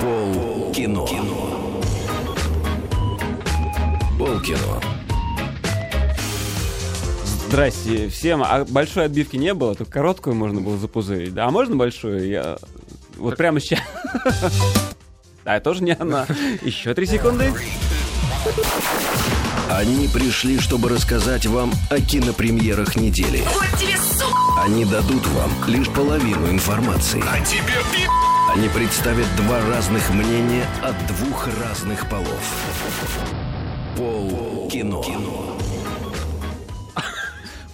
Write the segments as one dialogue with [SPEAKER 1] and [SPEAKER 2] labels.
[SPEAKER 1] Пол кино. Пол кино.
[SPEAKER 2] Здрасте всем. А большой отбивки не было, только короткую можно было запузырить. Да, а можно большую? Я... Вот прямо сейчас. А тоже не она. Еще три секунды.
[SPEAKER 1] Они пришли, чтобы рассказать вам о кинопремьерах недели. Они дадут вам лишь половину информации. Они представят два разных мнения от двух разных полов. Пол кино.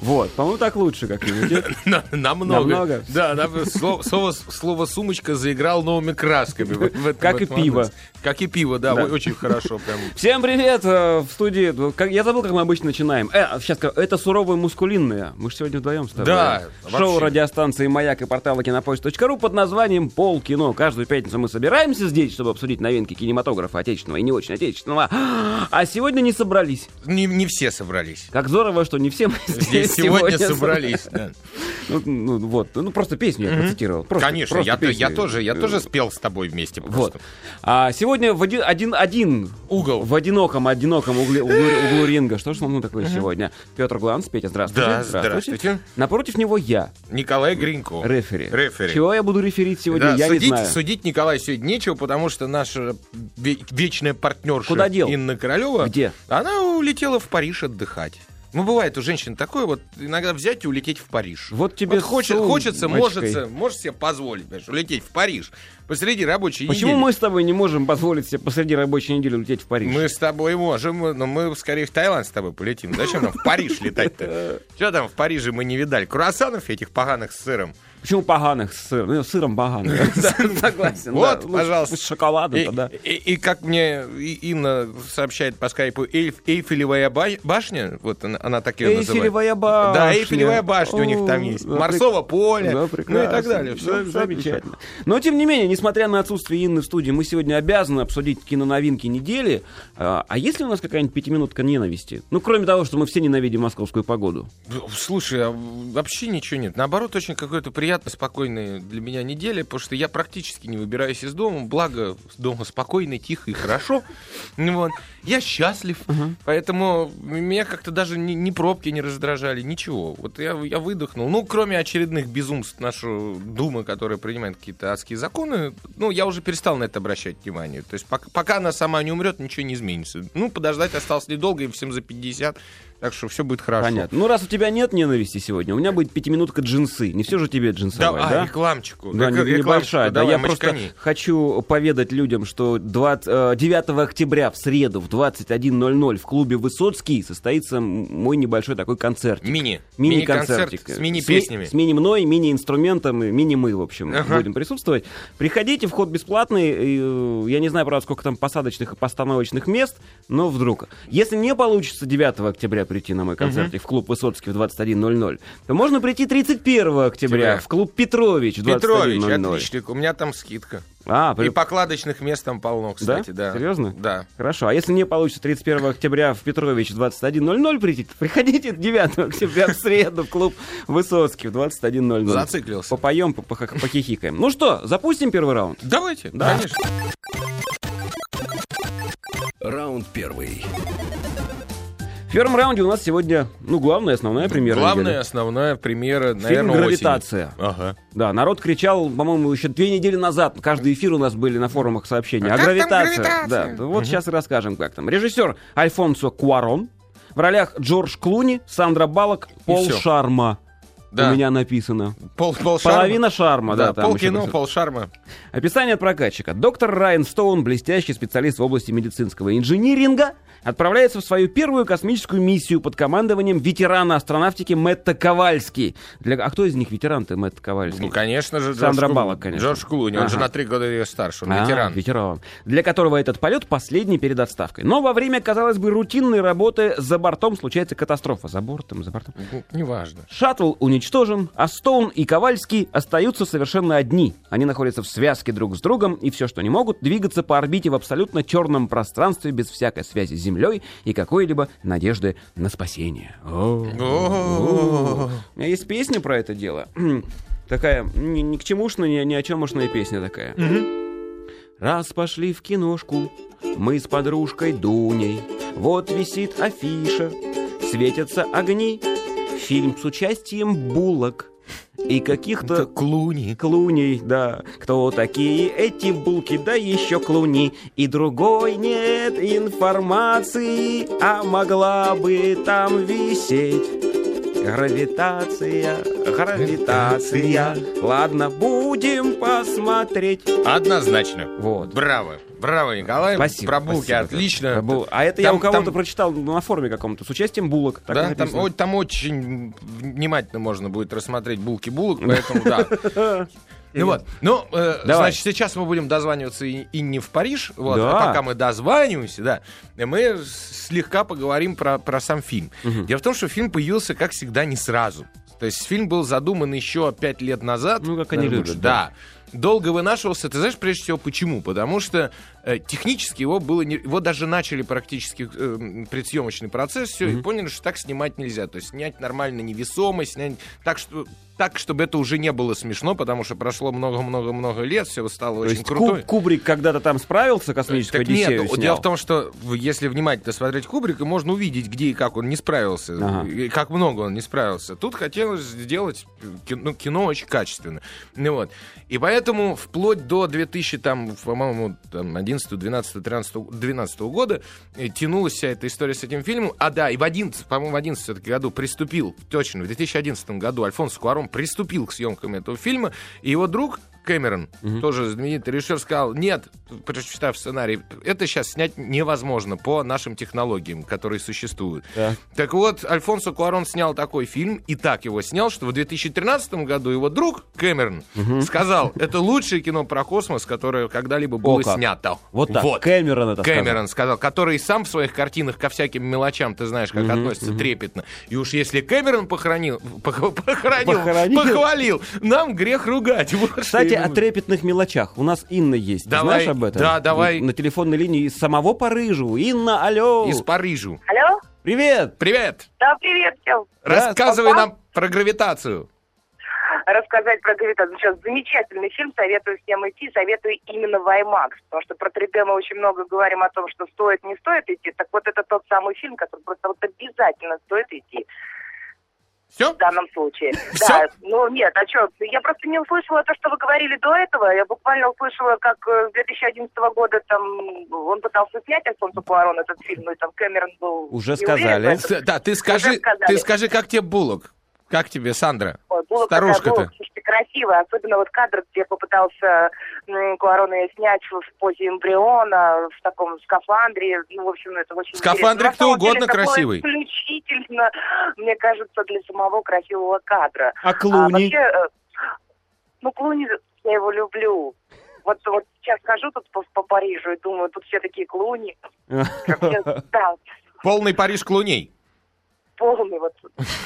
[SPEAKER 2] Вот, по-моему, так лучше как-нибудь. идет.
[SPEAKER 3] На- Намного.
[SPEAKER 2] Намного?
[SPEAKER 3] Да, да, слово, слово, слово сумочка заиграл новыми красками. в- в этом-
[SPEAKER 2] Как
[SPEAKER 3] в
[SPEAKER 2] и
[SPEAKER 3] этом
[SPEAKER 2] пиво.
[SPEAKER 3] анонсе. Как и пиво, да,
[SPEAKER 2] Да.
[SPEAKER 3] о- очень хорошо. Прям.
[SPEAKER 2] Всем привет! э, В студии. ну, как- я забыл, как мы обычно начинаем. Э, сейчас скажу, это суровые мускулинные. Мы же сегодня вдвоем с тобой.
[SPEAKER 3] Да,
[SPEAKER 2] Шоу
[SPEAKER 3] вообще.
[SPEAKER 2] радиостанции Маяк и портала кинопоиск.ру под названием Пол кино. Каждую пятницу мы собираемся здесь, чтобы обсудить новинки кинематографа отечественного и не очень отечественного. А сегодня не собрались.
[SPEAKER 3] Не, не все собрались.
[SPEAKER 2] Как здорово, что не все мы здесь
[SPEAKER 3] Здесь сегодня
[SPEAKER 2] собрались.
[SPEAKER 3] собрались. да.
[SPEAKER 2] Ну, ну, вот, ну просто песню я процитировал. Просто-
[SPEAKER 3] Конечно,
[SPEAKER 2] просто
[SPEAKER 3] я, то- я
[SPEAKER 2] песню. Э,
[SPEAKER 3] тоже, я тоже спел с тобой вместе.
[SPEAKER 2] Вот.
[SPEAKER 3] Просто.
[SPEAKER 2] А сегодня в один, один, один
[SPEAKER 3] Угол.
[SPEAKER 2] в одиноком, одиноком угле, углу, углу ринга. Что ж нам такое сегодня? Петр Гланс, Петя, здравствуйте.
[SPEAKER 3] Да, здравствуйте.
[SPEAKER 2] Напротив него я,
[SPEAKER 3] Николай Гринько.
[SPEAKER 2] рефери.
[SPEAKER 3] Рефери.
[SPEAKER 2] Чего я буду реферить сегодня,
[SPEAKER 3] Да,
[SPEAKER 2] я
[SPEAKER 3] судить,
[SPEAKER 2] не знаю.
[SPEAKER 3] судить Николая сегодня нечего, потому что наша ве- вечная партнерша
[SPEAKER 2] Куда дел?
[SPEAKER 3] Инна Королева,
[SPEAKER 2] Где?
[SPEAKER 3] она улетела в Париж отдыхать. Ну, бывает у женщин такое, вот иногда взять и улететь в Париж.
[SPEAKER 2] Вот тебе
[SPEAKER 3] Вот хочет-
[SPEAKER 2] сумочкой.
[SPEAKER 3] хочется, может, можешь себе позволить, понимаешь, улететь в Париж посреди рабочей
[SPEAKER 2] Почему
[SPEAKER 3] недели.
[SPEAKER 2] мы с тобой не можем позволить себе посреди рабочей недели улететь в Париж?
[SPEAKER 3] Мы с тобой можем, но мы скорее в Таиланд с тобой полетим. Зачем нам в Париж летать-то? Что там в Париже мы не видали? Круассанов этих поганых с сыром.
[SPEAKER 2] Почему поганых с сыром? Ну, с сыром поганых. Согласен.
[SPEAKER 3] Вот,
[SPEAKER 2] да. Лучше-
[SPEAKER 3] пожалуйста.
[SPEAKER 2] С шоколадом
[SPEAKER 3] И,
[SPEAKER 2] тогда.
[SPEAKER 3] и- и как мне и- Инна сообщает по скайпу, Эйф- Эйфелевая ба- башня, вот она, она так ее называет.
[SPEAKER 2] Эйфелевая башня.
[SPEAKER 3] Да, Эйфелевая башня у них там есть.
[SPEAKER 2] да,
[SPEAKER 3] Марсово поле,
[SPEAKER 2] прек- да,
[SPEAKER 3] ну и
[SPEAKER 2] прекрасно. Ну,
[SPEAKER 3] так далее.
[SPEAKER 2] Да,
[SPEAKER 3] Все замечательно.
[SPEAKER 2] Но, тем не менее, несмотря на отсутствие Инны в студии, мы сегодня обязаны обсудить киноновинки недели. А а есть ли у нас какая-нибудь пятиминутка ненависти? Ну, кроме того, что мы все ненавидим московскую погоду.
[SPEAKER 3] Слушай, а вообще ничего нет. Наоборот, очень какой-то приятно спокойная для меня неделя, потому что я практически не выбираюсь из дома. Благо, дома спокойно, тихо и хорошо. Ну Вот. Я счастлив. Поэтому меня как-то даже ни, ни пробки не раздражали, ничего. Вот я, я выдохнул. Ну, кроме очередных безумств нашего Думы, которая принимает какие-то адские законы, ну, я уже перестал на это обращать внимание. То есть пока, пока она сама не умрет, ничего не изменится. Ну, подождать осталось недолго, и всем за 50, так что все будет хорошо.
[SPEAKER 2] Понятно. Ну, раз у тебя нет ненависти сегодня, у меня будет пятиминутка джинсы. Не все же тебе джинсовать,
[SPEAKER 3] Да, а,
[SPEAKER 2] да?
[SPEAKER 3] рекламчику.
[SPEAKER 2] Да,
[SPEAKER 3] Рек-
[SPEAKER 2] не-
[SPEAKER 3] рекламчику,
[SPEAKER 2] небольшая. Да,
[SPEAKER 3] давай,
[SPEAKER 2] я просто
[SPEAKER 3] мочкани.
[SPEAKER 2] хочу поведать людям, что 20, э, 9 октября в среду в 21.00 в клубе Высоцкий состоится м- мой небольшой такой концерт.
[SPEAKER 3] Мини.
[SPEAKER 2] Мини-концертик.
[SPEAKER 3] Мини-концерт с мини-песнями.
[SPEAKER 2] С, ми- с мини-мной, мини-инструментом, и мини-мы, в общем,
[SPEAKER 3] Ага.
[SPEAKER 2] будем присутствовать. Приходите, вход бесплатный. и, э, Я не знаю, правда, сколько там посадочных и постановочных мест, но вдруг. Если не получится 9 октября прийти на мой концерт в клуб Высоцкий в 21.00, то можно прийти 31 октября
[SPEAKER 3] Октября.
[SPEAKER 2] в клуб Петрович в 21.00.
[SPEAKER 3] Петрович, отличник, у меня там скидка.
[SPEAKER 2] А, при-
[SPEAKER 3] И покладочных мест там полно, кстати, да.
[SPEAKER 2] Серьезно?
[SPEAKER 3] Да.
[SPEAKER 2] Хорошо. А если не получится 31 октября в Петрович в 21.00 прийти, то приходите 9 октября в среду в клуб Высоцкий в 21.00.
[SPEAKER 3] Зациклился.
[SPEAKER 2] Попоем, попоха- похихикаем. Ну что, запустим первый раунд?
[SPEAKER 3] Давайте,
[SPEAKER 2] Да.
[SPEAKER 3] конечно.
[SPEAKER 1] Раунд первый.
[SPEAKER 2] В первом раунде у нас сегодня, ну, главная, основная премьера.
[SPEAKER 3] Главная,
[SPEAKER 2] недели.
[SPEAKER 3] основная премьера, наверное,
[SPEAKER 2] «Гравитация».
[SPEAKER 3] осенью. Ага.
[SPEAKER 2] Да, народ кричал, по-моему, еще две недели назад. Каждый эфир у нас были на форумах сообщения. А,
[SPEAKER 3] как там
[SPEAKER 2] гравитация?
[SPEAKER 3] гравитация?
[SPEAKER 2] Да, ну вот сейчас и расскажем, как там. Режиссер Альфонсо Куарон. В ролях Джордж Клуни, Сандра Балок, Пол
[SPEAKER 3] всё.
[SPEAKER 2] Шарма.
[SPEAKER 3] Да.
[SPEAKER 2] У меня написано.
[SPEAKER 3] Пол, пол шарма.
[SPEAKER 2] Половина шарма, да.
[SPEAKER 3] Да,
[SPEAKER 2] там
[SPEAKER 3] пол
[SPEAKER 2] еще
[SPEAKER 3] кино,
[SPEAKER 2] просто.
[SPEAKER 3] пол шарма.
[SPEAKER 2] Описание от прокатчика. Доктор Райан Стоун, блестящий специалист в области медицинского инжиниринга, отправляется в свою первую космическую миссию под командованием ветерана астронавтики Мэтта Ковальски. Для... А кто из них ветеран-то Мэтт Ковальски?
[SPEAKER 3] Ну, конечно же, Джордж
[SPEAKER 2] Сандра
[SPEAKER 3] Клуни.
[SPEAKER 2] Баллок, конечно.
[SPEAKER 3] Джордж Клуни, он
[SPEAKER 2] Ага.
[SPEAKER 3] же на три года ее старше, он
[SPEAKER 2] А,
[SPEAKER 3] ветеран.
[SPEAKER 2] ветеран. Для которого этот полет последний перед отставкой. Но во время, казалось бы, рутинной работы за бортом случается катастрофа. За бортом, за бортом.
[SPEAKER 3] Ну, Неважно.
[SPEAKER 2] Шаттл уничтожен, а Стоун и Ковальский остаются совершенно одни. Они находятся в связке друг с другом, и все, что не могут, двигаться по орбите в абсолютно черном пространстве без всякой связи с Землей и какой-либо надежды на спасение. О.
[SPEAKER 3] О.
[SPEAKER 2] У меня есть песня про это дело. Такая ни, ни к чемушная, ни, ни о чемушная песня такая. Раз пошли в киношку, мы с подружкой Дуней. Вот висит афиша, светятся огни. Фильм с участием булок и
[SPEAKER 3] Это
[SPEAKER 2] каких-то
[SPEAKER 3] клуни.
[SPEAKER 2] клуней, да. Кто такие эти булки, да еще клуни. И другой нет информации, а могла бы там висеть. Гравитация, гравитация. Ладно, будем посмотреть.
[SPEAKER 3] Однозначно.
[SPEAKER 2] Вот.
[SPEAKER 3] Браво. Браво, Николай.
[SPEAKER 2] Спасибо.
[SPEAKER 3] Про булки
[SPEAKER 2] спасибо.
[SPEAKER 3] отлично.
[SPEAKER 2] Про бу- А это я
[SPEAKER 3] Там-
[SPEAKER 2] у кого-то
[SPEAKER 3] там-
[SPEAKER 2] прочитал на форуме каком-то с участием булок. Так и
[SPEAKER 3] Да, там,
[SPEAKER 2] написано.
[SPEAKER 3] о- там очень внимательно можно будет рассмотреть булки-булок, поэтому да. Ну вот, ну, э,
[SPEAKER 2] Давай.
[SPEAKER 3] значит, сейчас мы будем дозваниваться и, и не в Париж, вот,
[SPEAKER 2] Да.
[SPEAKER 3] а пока мы дозваниваемся, да, мы с- слегка поговорим про, про сам фильм. Дело в том, что фильм появился, как всегда, не сразу. То есть фильм был задуман еще пять лет назад.
[SPEAKER 2] Ну, как они
[SPEAKER 3] наверное,
[SPEAKER 2] любят,
[SPEAKER 3] больше.
[SPEAKER 2] да.
[SPEAKER 3] Да, долго вынашивался. Ты знаешь, прежде всего, почему? Потому что э, технически его было не- его даже начали практически э, м, предсъемочный процесс, все, и поняли, что так снимать нельзя. То есть снять нормально невесомо, снять так, что так, чтобы это уже не было смешно, потому что прошло много-много-много лет, все стало
[SPEAKER 2] То
[SPEAKER 3] очень
[SPEAKER 2] есть
[SPEAKER 3] круто.
[SPEAKER 2] Куб- Кубрик когда-то там справился, космическую
[SPEAKER 3] Так нет,
[SPEAKER 2] Одиссею
[SPEAKER 3] ну,
[SPEAKER 2] снял.
[SPEAKER 3] дело в том, что в- если внимательно смотреть Кубрика, можно увидеть, где и как он не справился,
[SPEAKER 2] Ага.
[SPEAKER 3] и как много он не справился. Тут хотелось сделать кино, кино очень качественно. Ну вот. И поэтому вплоть до 2000, там, по-моему, там, 11, 12, 13, 12 года э, тянулась вся эта история с этим фильмом. А да, и в 11, по-моему, в 11 все-таки году приступил, точно, в 2011 году Альфонс Куарон приступил к съемкам этого фильма, и его друг Кэмерон, тоже знаменитый режиссер, сказал, нет, прочитав сценарий, это сейчас снять невозможно по нашим технологиям, которые существуют.
[SPEAKER 2] Да.
[SPEAKER 3] Так вот, Альфонсо Куарон снял такой фильм, и так его снял, что в 2013 году его друг Кэмерон сказал, это лучшее кино про космос, которое когда-либо было
[SPEAKER 2] как.
[SPEAKER 3] снято.
[SPEAKER 2] Вот так. Кэмерон это сказал.
[SPEAKER 3] Кэмерон сказал, который и сам в своих картинах ко всяким мелочам, ты знаешь, как относится трепетно. И уж если Кэмерон похоронил, пох- похоронил,
[SPEAKER 2] Похоронил.
[SPEAKER 3] похвалил, нам грех ругать. Вот что
[SPEAKER 2] Кстати, а
[SPEAKER 3] я
[SPEAKER 2] о
[SPEAKER 3] думаю.
[SPEAKER 2] трепетных мелочах. У нас Инна есть. Ты
[SPEAKER 3] Давай,
[SPEAKER 2] знаешь об этом?
[SPEAKER 3] да, давай.
[SPEAKER 2] На телефонной линии из самого Парижу. Инна, алло.
[SPEAKER 3] Из Парижу.
[SPEAKER 4] Алло?
[SPEAKER 2] Привет.
[SPEAKER 3] Привет!
[SPEAKER 4] Да, привет всем.
[SPEAKER 3] Рассказывай нам про гравитацию.
[SPEAKER 4] Рассказать про гравитацию. Сейчас замечательный фильм, советую всем идти, советую именно в IMAX, потому что про 3D мы очень много говорим о том, что стоит, не стоит идти. Так вот, это тот самый фильм, который просто вот обязательно стоит идти
[SPEAKER 3] Все?
[SPEAKER 4] в данном случае.
[SPEAKER 3] Всё?
[SPEAKER 4] Да, ну нет, а что, я просто не услышала то, что вы говорили до этого. Я буквально услышала, как э, с 2011 года там он пытался снять Альфонсо Куарон этот фильм, ну и там Кэмерон был...
[SPEAKER 2] Уже
[SPEAKER 4] не уверен
[SPEAKER 2] сказали.
[SPEAKER 4] в этом.
[SPEAKER 3] Да, ты скажи,
[SPEAKER 4] сказали.
[SPEAKER 3] ты скажи, как тебе булок? Как тебе, Сандра?
[SPEAKER 4] Ой, было
[SPEAKER 3] Старушка-то.
[SPEAKER 4] когда было, слушайте, красиво. Особенно вот кадр, где попытался м, Куарон ее снять в в позе эмбриона, в таком скафандре. Ну, в общем, это очень
[SPEAKER 3] Скафандре
[SPEAKER 4] интересно.
[SPEAKER 3] кто
[SPEAKER 4] На самом деле,
[SPEAKER 3] угодно
[SPEAKER 4] такое
[SPEAKER 3] красивый.
[SPEAKER 4] исключительно, мне кажется, для самого красивого кадра.
[SPEAKER 2] А
[SPEAKER 4] А
[SPEAKER 2] Клуни?
[SPEAKER 4] вообще, э, ну, Клуни, я его люблю. Вот, вот сейчас хожу тут по, по Парижу и думаю, тут все такие Клуни. Вообще, Да,
[SPEAKER 3] Полный Париж клуней.
[SPEAKER 4] полный вот.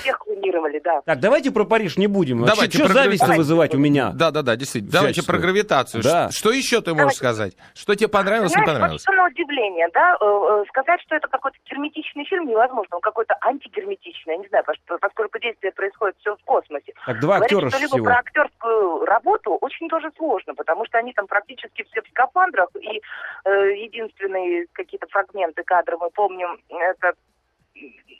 [SPEAKER 4] Всех клонировали, да.
[SPEAKER 2] Так, давайте про Париж не будем.
[SPEAKER 3] Давайте
[SPEAKER 2] Что
[SPEAKER 3] про
[SPEAKER 2] зависть
[SPEAKER 3] гравитацию.
[SPEAKER 2] вызывать у меня?
[SPEAKER 3] Да, да, да, действительно. Давайте
[SPEAKER 2] Всяческую.
[SPEAKER 3] про гравитацию.
[SPEAKER 2] Да.
[SPEAKER 3] Ш- Что еще ты можешь сказать? Что тебе понравилось, не
[SPEAKER 4] Знаешь,
[SPEAKER 3] понравилось?
[SPEAKER 4] Вот что на удивление, да, э, э, сказать, что это какой-то герметичный фильм невозможно, он какой-то антигерметичный, я не знаю, потому что- поскольку действие происходит все в космосе.
[SPEAKER 2] Так, два
[SPEAKER 4] Говорить
[SPEAKER 2] актера ж
[SPEAKER 4] что-либо
[SPEAKER 2] всего.
[SPEAKER 4] про актерскую работу очень тоже сложно, потому что они там практически все в скафандрах, и э, единственные какие-то фрагменты кадра мы помним, это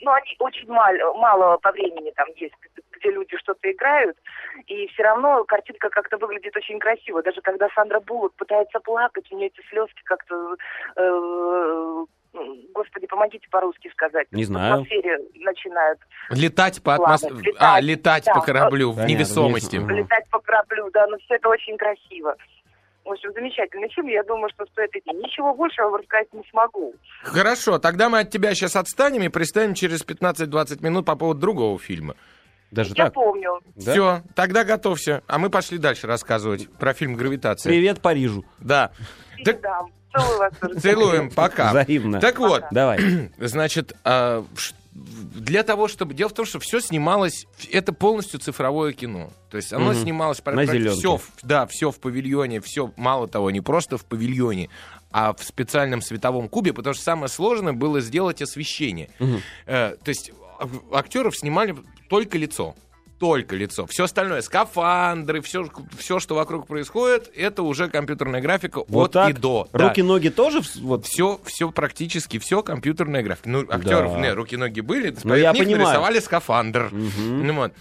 [SPEAKER 4] ну, они очень мал- мало по времени там есть, где люди что-то играют, и все равно картинка как-то выглядит очень красиво. Даже когда Сандра Буллок пытается плакать, у нее эти слезки как-то... э, господи, помогите по-русски сказать.
[SPEAKER 2] Не знаю.
[SPEAKER 4] В атмосфеере начинают
[SPEAKER 3] Летать по
[SPEAKER 4] Ладно,
[SPEAKER 3] атмосфере.
[SPEAKER 4] летать,
[SPEAKER 3] А, летать
[SPEAKER 4] да.
[SPEAKER 3] по кораблю в
[SPEAKER 2] Понятно,
[SPEAKER 3] невесомости.
[SPEAKER 2] конечно. Мгм.
[SPEAKER 4] летать по кораблю, да, но все это очень красиво. В общем, замечательный фильм, я думаю, что стоит идти. Ничего больше я вам рассказать не смогу.
[SPEAKER 3] Хорошо, тогда мы от тебя сейчас отстанем и пристанем через 15-20 минут по поводу другого фильма.
[SPEAKER 2] Даже
[SPEAKER 4] я
[SPEAKER 2] так?
[SPEAKER 4] помню.
[SPEAKER 2] Да?
[SPEAKER 3] Все, тогда готовься. А мы пошли дальше рассказывать про фильм «Гравитация».
[SPEAKER 2] Привет Парижу.
[SPEAKER 3] Да. Так-
[SPEAKER 4] Да, целую вас. тоже.
[SPEAKER 3] Целуем, пока.
[SPEAKER 2] Взаимно.
[SPEAKER 3] Так вот,
[SPEAKER 2] Давай.
[SPEAKER 3] Значит, а, ш- для того, чтобы... Дело в том, что все снималось... Это полностью цифровое кино. То есть оно
[SPEAKER 2] Мгм.
[SPEAKER 3] снималось...
[SPEAKER 2] На зелёнке.
[SPEAKER 3] Все, да, все в павильоне, все, мало того, не просто в павильоне, а в специальном световом кубе, потому что самое сложное было сделать освещение.
[SPEAKER 2] Мгм.
[SPEAKER 3] Э, то есть а- актеров снимали только лицо. только лицо. Все остальное, скафандры, все, все что вокруг происходит, это уже компьютерная графика
[SPEAKER 2] Вот
[SPEAKER 3] от
[SPEAKER 2] так?
[SPEAKER 3] и до. Да.
[SPEAKER 2] Руки, ноги тоже? в- Вот.
[SPEAKER 3] Все, все практически все компьютерная графика. Ну, актеров,
[SPEAKER 2] Да.
[SPEAKER 3] не, руки-ноги были,
[SPEAKER 2] Ну, я
[SPEAKER 3] поверх них
[SPEAKER 2] понимаю.
[SPEAKER 3] нарисовали скафандр.
[SPEAKER 2] Мгм.
[SPEAKER 3] Ну вот.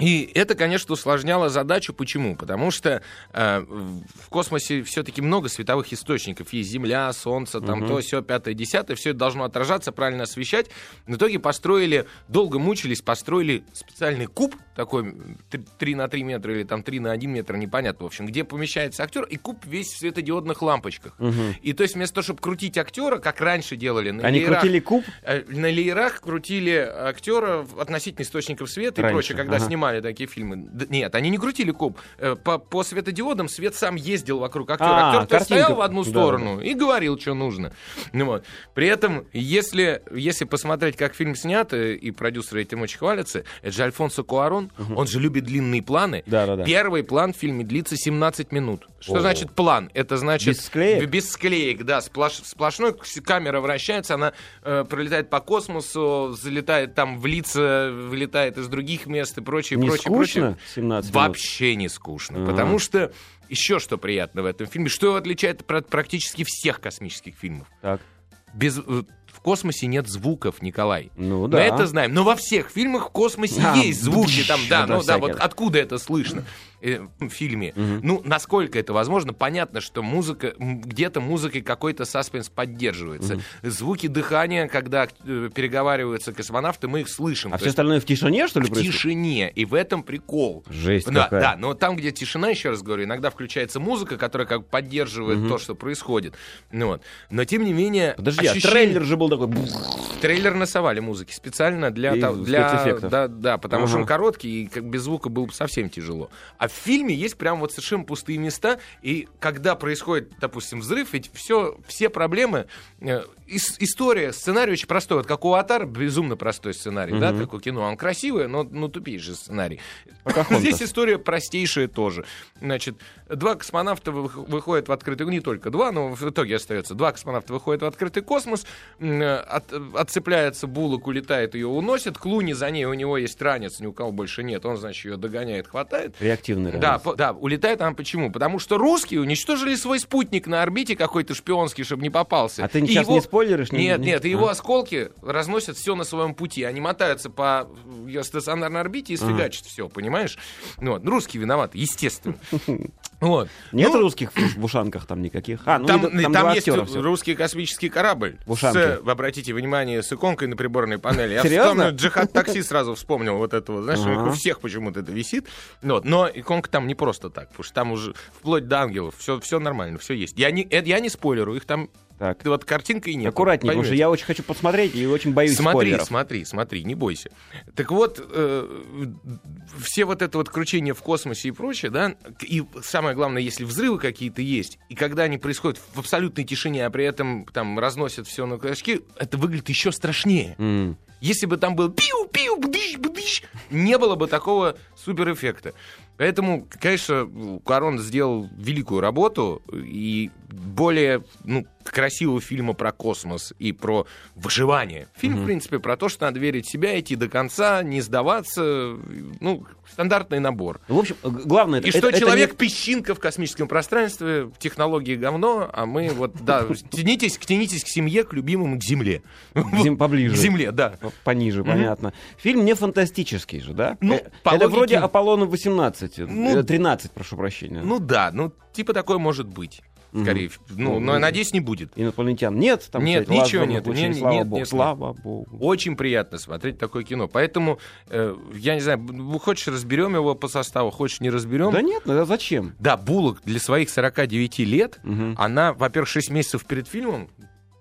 [SPEAKER 3] И это, конечно, усложняло задачу. Почему? Потому что э, в космосе все-таки много световых источников. Есть Земля, Солнце, там то, все, пятое, десятое. Все это должно отражаться, правильно освещать. В итоге построили, долго мучились, построили специальный куб, такой м, три- 3 на 3 метра или там 3 на 1 метр, непонятно, в общем, где помещается актер, и куб весь в светодиодных лампочках. И то есть вместо того, чтобы крутить актера, как раньше делали на
[SPEAKER 2] Они
[SPEAKER 3] веерах,
[SPEAKER 2] крутили куб?
[SPEAKER 3] Э, На леерах крутили актера в- относительно источников света и
[SPEAKER 2] Раньше,
[SPEAKER 3] прочее, когда
[SPEAKER 2] ага.
[SPEAKER 3] снимали такие фильмы. Д- нет, они не крутили куб. Э, По, по светодиодам свет сам ездил вокруг актера.
[SPEAKER 2] А,
[SPEAKER 3] Актер то есть
[SPEAKER 2] картинка.
[SPEAKER 3] стоял в одну
[SPEAKER 2] Да,
[SPEAKER 3] сторону и говорил, что нужно. Ну вот. При этом, если, если посмотреть, как фильм снят, э, и продюсеры этим очень хвалятся, это же Альфонсо Куарон, он же любит длинные планы.
[SPEAKER 2] Да-да-да.
[SPEAKER 3] Первый план в фильме длится 17 минут. Что
[SPEAKER 2] Ого.
[SPEAKER 3] значит план? Это значит...
[SPEAKER 2] Без склеек?
[SPEAKER 3] Без склеек, да. сплош- сплошной к- камера вращается, она э, пролетает по космосу, залетает там в лица, вылетает из других мест и прочее,
[SPEAKER 2] Не
[SPEAKER 3] прочее,
[SPEAKER 2] скучно
[SPEAKER 3] прочее.
[SPEAKER 2] 17 минут?
[SPEAKER 3] Вообще не скучно.
[SPEAKER 2] Ага.
[SPEAKER 3] Потому что еще что приятно в этом фильме, что его отличает от практически всех космических фильмов.
[SPEAKER 2] Так,
[SPEAKER 3] Без, э, в космосе нет звуков, Николай.
[SPEAKER 2] ну
[SPEAKER 3] Мы
[SPEAKER 2] да.
[SPEAKER 3] это знаем. Но во всех фильмах в космосе
[SPEAKER 2] Да,
[SPEAKER 3] есть звуки там, да,
[SPEAKER 2] это
[SPEAKER 3] ну да,
[SPEAKER 2] всякое.
[SPEAKER 3] вот откуда это слышно э, в фильме. Ну, насколько это возможно, понятно, что музыка, м, где-то музыкой какой-то саспенс поддерживается. Звуки дыхания, когда э, переговариваются космонавты, мы их слышим.
[SPEAKER 2] А
[SPEAKER 3] То
[SPEAKER 2] все
[SPEAKER 3] есть
[SPEAKER 2] остальное в тишине, что ли,
[SPEAKER 3] в
[SPEAKER 2] происходит?
[SPEAKER 3] тишине, и в этом прикол.
[SPEAKER 2] Жесть
[SPEAKER 3] Да,
[SPEAKER 2] какая.
[SPEAKER 3] да, но там, где тишина, еще раз говорю, иногда включается музыка, которая как бы поддерживает то, что происходит. Ну, вот. Но тем не менее,
[SPEAKER 2] Подожди, а
[SPEAKER 3] ощущение-
[SPEAKER 2] трейлер же был такой... бф,
[SPEAKER 3] Трейлер насовали музыки специально для...
[SPEAKER 2] И
[SPEAKER 3] того- для
[SPEAKER 2] спецэффектов.
[SPEAKER 3] Да, да, потому что он
[SPEAKER 2] Ага.
[SPEAKER 3] короткий, и как без звука было бы совсем тяжело. А в фильме есть прям вот совершенно пустые места, и когда происходит, допустим, взрыв, ведь все, все проблемы... э, ис- история, сценарий очень простой. Вот как у «Аватара» безумно простой сценарий, да, как у кино. Он красивый, но ну, тупее же сценарий.
[SPEAKER 2] Покахонтас.
[SPEAKER 3] Здесь история простейшая тоже. Значит, два космонавта вы- выходят в открытый... Не только два, но в итоге остается. Два космонавта выходят в открытый космос, м, э, от- отцепляется Булок, улетает, ее уносит. Клуни за ней, у него есть ранец, ни у кого больше нет. Он, значит, ее догоняет, хватает.
[SPEAKER 2] Реактивный
[SPEAKER 3] Да,
[SPEAKER 2] реально.
[SPEAKER 3] по- да, улетает она почему? Потому что русские уничтожили свой спутник на орбите какой-то шпионский, чтобы не попался.
[SPEAKER 2] А ты
[SPEAKER 3] И
[SPEAKER 2] сейчас
[SPEAKER 3] его-
[SPEAKER 2] не спойлеришь? не-
[SPEAKER 3] нет,
[SPEAKER 2] не-
[SPEAKER 3] нет, и
[SPEAKER 2] а?
[SPEAKER 3] его осколки разносят все на своем пути. Они мотаются по ее стационарной орбите и сфигачат все, понимаешь? Ну, вот. Ну, русские виноваты, естественно. Вот.
[SPEAKER 2] Нет
[SPEAKER 3] Ну,
[SPEAKER 2] русских в в ушанках там никаких? А, ну
[SPEAKER 3] там,
[SPEAKER 2] и до-
[SPEAKER 3] там
[SPEAKER 2] два
[SPEAKER 3] есть
[SPEAKER 2] актера всего.
[SPEAKER 3] русский космический корабль.
[SPEAKER 2] В
[SPEAKER 3] с,
[SPEAKER 2] ушанке.
[SPEAKER 3] вы обратите внимание, с иконкой на приборной панели. Я
[SPEAKER 2] Серьезно?
[SPEAKER 3] вспомнил, Джихад такси сразу вспомнил вот этого. Знаешь, у них
[SPEAKER 2] Ага.
[SPEAKER 3] у всех почему-то это висит. Ну вот, Но иконка там не просто так, потому что там уже вплоть до ангелов все, все нормально, все есть. Я не, это я не спойлеру, их там
[SPEAKER 2] Так.
[SPEAKER 3] вот картинка и нет.
[SPEAKER 2] Аккуратнее, потому
[SPEAKER 3] Поймете.
[SPEAKER 2] что я очень хочу посмотреть и очень боюсь
[SPEAKER 3] Смотри,
[SPEAKER 2] спойлеров.
[SPEAKER 3] смотри, смотри, не бойся. Так вот, э, все вот это вот кручение в космосе и прочее, да, и самое главное, если взрывы какие-то есть, и когда они происходят в абсолютной тишине, а при этом там разносят все на клочки, это выглядит еще страшнее.
[SPEAKER 2] М.
[SPEAKER 3] Если бы там был пиу-пиу, бдыщ, бдыщ, не было бы такого суперэффекта. Поэтому, конечно, Корон сделал великую работу, и более ну, красивого фильма про космос и про выживание. Фильм, в принципе, про то, что надо верить в себя, идти до конца, не сдаваться. Ну, стандартный набор.
[SPEAKER 2] Ну, В общем, г- главное...
[SPEAKER 3] И
[SPEAKER 2] это-
[SPEAKER 3] что
[SPEAKER 2] это
[SPEAKER 3] человек
[SPEAKER 2] не-
[SPEAKER 3] песчинка в космическом пространстве, технологии говно, а мы вот, да, тянитесь, тянитесь к семье, к любимым, к земле.
[SPEAKER 2] к зем-
[SPEAKER 3] К
[SPEAKER 2] поближе.
[SPEAKER 3] земле, да.
[SPEAKER 2] П- Пониже,
[SPEAKER 3] Мгм.
[SPEAKER 2] понятно. Фильм не фантастический же, да?
[SPEAKER 3] Ну,
[SPEAKER 2] Э,
[SPEAKER 3] по
[SPEAKER 2] это
[SPEAKER 3] логике-
[SPEAKER 2] вроде Аполлона 18.
[SPEAKER 3] Ну,
[SPEAKER 2] э, 13, прошу прощения.
[SPEAKER 3] Ну да, ну типа такое может быть.
[SPEAKER 2] Мгм.
[SPEAKER 3] Скорее, ну, но я надеюсь, не будет.
[SPEAKER 2] Инопланетян. Нет, там
[SPEAKER 3] Нет,
[SPEAKER 2] кстати,
[SPEAKER 3] ничего
[SPEAKER 2] Лазарев
[SPEAKER 3] нет,
[SPEAKER 2] очень,
[SPEAKER 3] не-
[SPEAKER 2] слава
[SPEAKER 3] нет,
[SPEAKER 2] богу.
[SPEAKER 3] нет,
[SPEAKER 2] слава богу.
[SPEAKER 3] Очень приятно смотреть такое кино. Поэтому, э, я не знаю, б- хочешь разберем его по составу, хочешь не разберем.
[SPEAKER 2] Да нет, ну, а зачем?
[SPEAKER 3] Да, Булок для своих 49 лет,
[SPEAKER 2] Мгм.
[SPEAKER 3] она, во-первых, 6 месяцев перед фильмом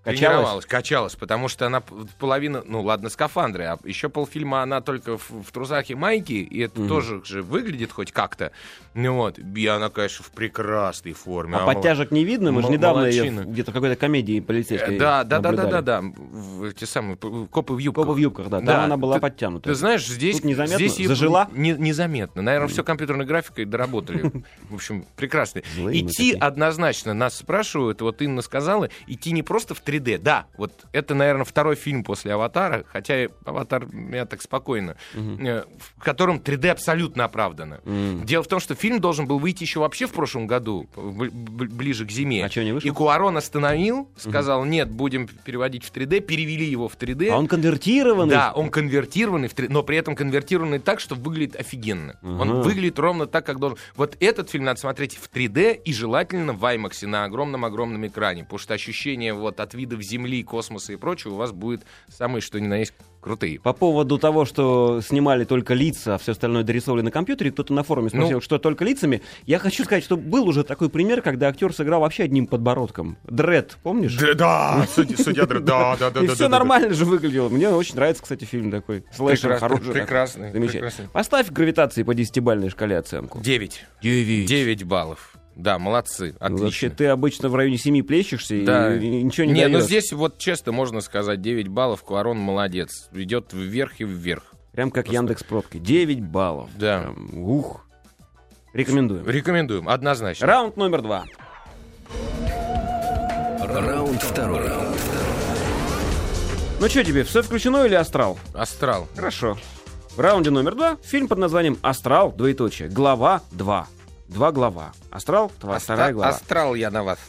[SPEAKER 2] Качалась?
[SPEAKER 3] тренировалась, качалась, потому что она п- половина, ну ладно, скафандры, а еще полфильма она только в, в трусах и майке, и это
[SPEAKER 2] Мгм.
[SPEAKER 3] тоже же выглядит хоть как-то. Ну вот, и она, конечно, в прекрасной форме.
[SPEAKER 2] А
[SPEAKER 3] Она-
[SPEAKER 2] подтяжек не видно, мы же
[SPEAKER 3] Ну, М-
[SPEAKER 2] недавно её
[SPEAKER 3] молодчина.
[SPEAKER 2] в- где-то в какой-то комедии полицейской
[SPEAKER 3] Э, Да, да, да, да,
[SPEAKER 2] наблюдали.
[SPEAKER 3] да, да. В- Те самые п- копы в юбках.
[SPEAKER 2] Попа в юбках, да.
[SPEAKER 3] Да,
[SPEAKER 2] Там она была
[SPEAKER 3] ты-
[SPEAKER 2] подтянута.
[SPEAKER 3] Ты знаешь, здесь...
[SPEAKER 2] ну, Тут незаметно?
[SPEAKER 3] здесь и-
[SPEAKER 2] Зажила?
[SPEAKER 3] Не, незаметно. Наверное, все компьютерной графикой доработали. В общем, прекрасно.
[SPEAKER 2] Злые мы
[SPEAKER 3] Идти
[SPEAKER 2] такие.
[SPEAKER 3] однозначно, нас спрашивают, вот Инна сказала, идти не просто в 3D. Да, вот это, наверное, второй фильм после «Аватара», хотя и «Аватар» меня так спокойно, э, в котором 3D абсолютно оправдано. Дело в том, что фильм должен был выйти еще вообще в прошлом году, б- б- ближе к зиме.
[SPEAKER 2] А чё, не вышел?
[SPEAKER 3] И Куарон остановил, сказал, нет, будем переводить в 3D, перевели его в 3D.
[SPEAKER 2] А он конвертированный.
[SPEAKER 3] Да, он конвертированный, в три- но при этом конвертированный так, что выглядит офигенно. Он выглядит ровно так, как должен. Вот этот фильм надо смотреть в 3D и желательно в IMAX на огромном-огромном экране, потому что ощущение вот от видов Земли, космоса и прочего у вас будет самые что ни на есть крутые.
[SPEAKER 2] По поводу того, что снимали только лица, а все остальное дорисовали на компьютере, кто-то на форуме спросил,
[SPEAKER 3] Ну.
[SPEAKER 2] что только лицами. Я хочу сказать, что был уже такой пример, когда актер сыграл вообще одним подбородком. Дред, помнишь?
[SPEAKER 3] Да, судья, да, да,
[SPEAKER 2] И все нормально же выглядело. Мне очень нравится, кстати, фильм такой. Слэшер
[SPEAKER 3] Прекрасный,
[SPEAKER 2] хороший.
[SPEAKER 3] прекрасный,
[SPEAKER 2] Замечательно.
[SPEAKER 3] прекрасный.
[SPEAKER 2] Поставь гравитации по десятибальной шкале оценку.
[SPEAKER 3] Девять.
[SPEAKER 2] Девять.
[SPEAKER 3] Девять баллов. Да, молодцы,
[SPEAKER 2] Ну, Вообще,
[SPEAKER 3] отлично.
[SPEAKER 2] ты обычно в районе семи плещешься
[SPEAKER 3] Да.
[SPEAKER 2] и, и ничего не
[SPEAKER 3] Не, ну
[SPEAKER 2] даёшь.
[SPEAKER 3] здесь вот честно можно сказать, 9 баллов, Куарон молодец. Идет вверх и вверх.
[SPEAKER 2] Прям как
[SPEAKER 3] просто-
[SPEAKER 2] Яндекс пробки. 9 баллов.
[SPEAKER 3] Да.
[SPEAKER 2] Прям, ух. Рекомендуем.
[SPEAKER 3] Рекомендуем, однозначно.
[SPEAKER 2] Раунд номер два.
[SPEAKER 1] Раунд второй.
[SPEAKER 2] Ну что тебе, все включено или астрал?
[SPEAKER 3] Астрал.
[SPEAKER 2] Хорошо. В раунде номер два фильм под названием «Астрал», двоеточие, глава 2. Два глава. «Астрал», два,
[SPEAKER 3] Аста-
[SPEAKER 2] вторая глава.
[SPEAKER 3] Астрал я на вас.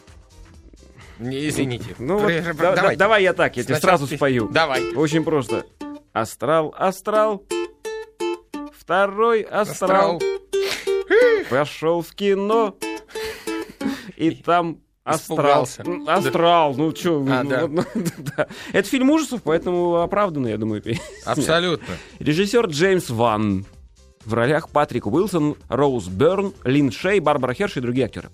[SPEAKER 3] Не, извините.
[SPEAKER 2] Ну вот,
[SPEAKER 3] При-
[SPEAKER 2] да- да-
[SPEAKER 3] давай.
[SPEAKER 2] давай. я так, я тебе
[SPEAKER 3] Сначала
[SPEAKER 2] сразу
[SPEAKER 3] ты-
[SPEAKER 2] спою.
[SPEAKER 3] Давай.
[SPEAKER 2] Очень просто. Астрал, астрал. Второй астрал.
[SPEAKER 3] Астрал.
[SPEAKER 2] Пошел в кино. И там астрал.
[SPEAKER 3] Испугался.
[SPEAKER 2] М, Астрал, ну что.
[SPEAKER 3] А, да.
[SPEAKER 2] Это фильм ужасов, поэтому оправданно, я думаю. песня.
[SPEAKER 3] Абсолютно.
[SPEAKER 2] Режиссер Джеймс Ван. В ролях Патрик Уилсон, Роуз Берн, Лин Шей, Барбара Херш и другие актеры.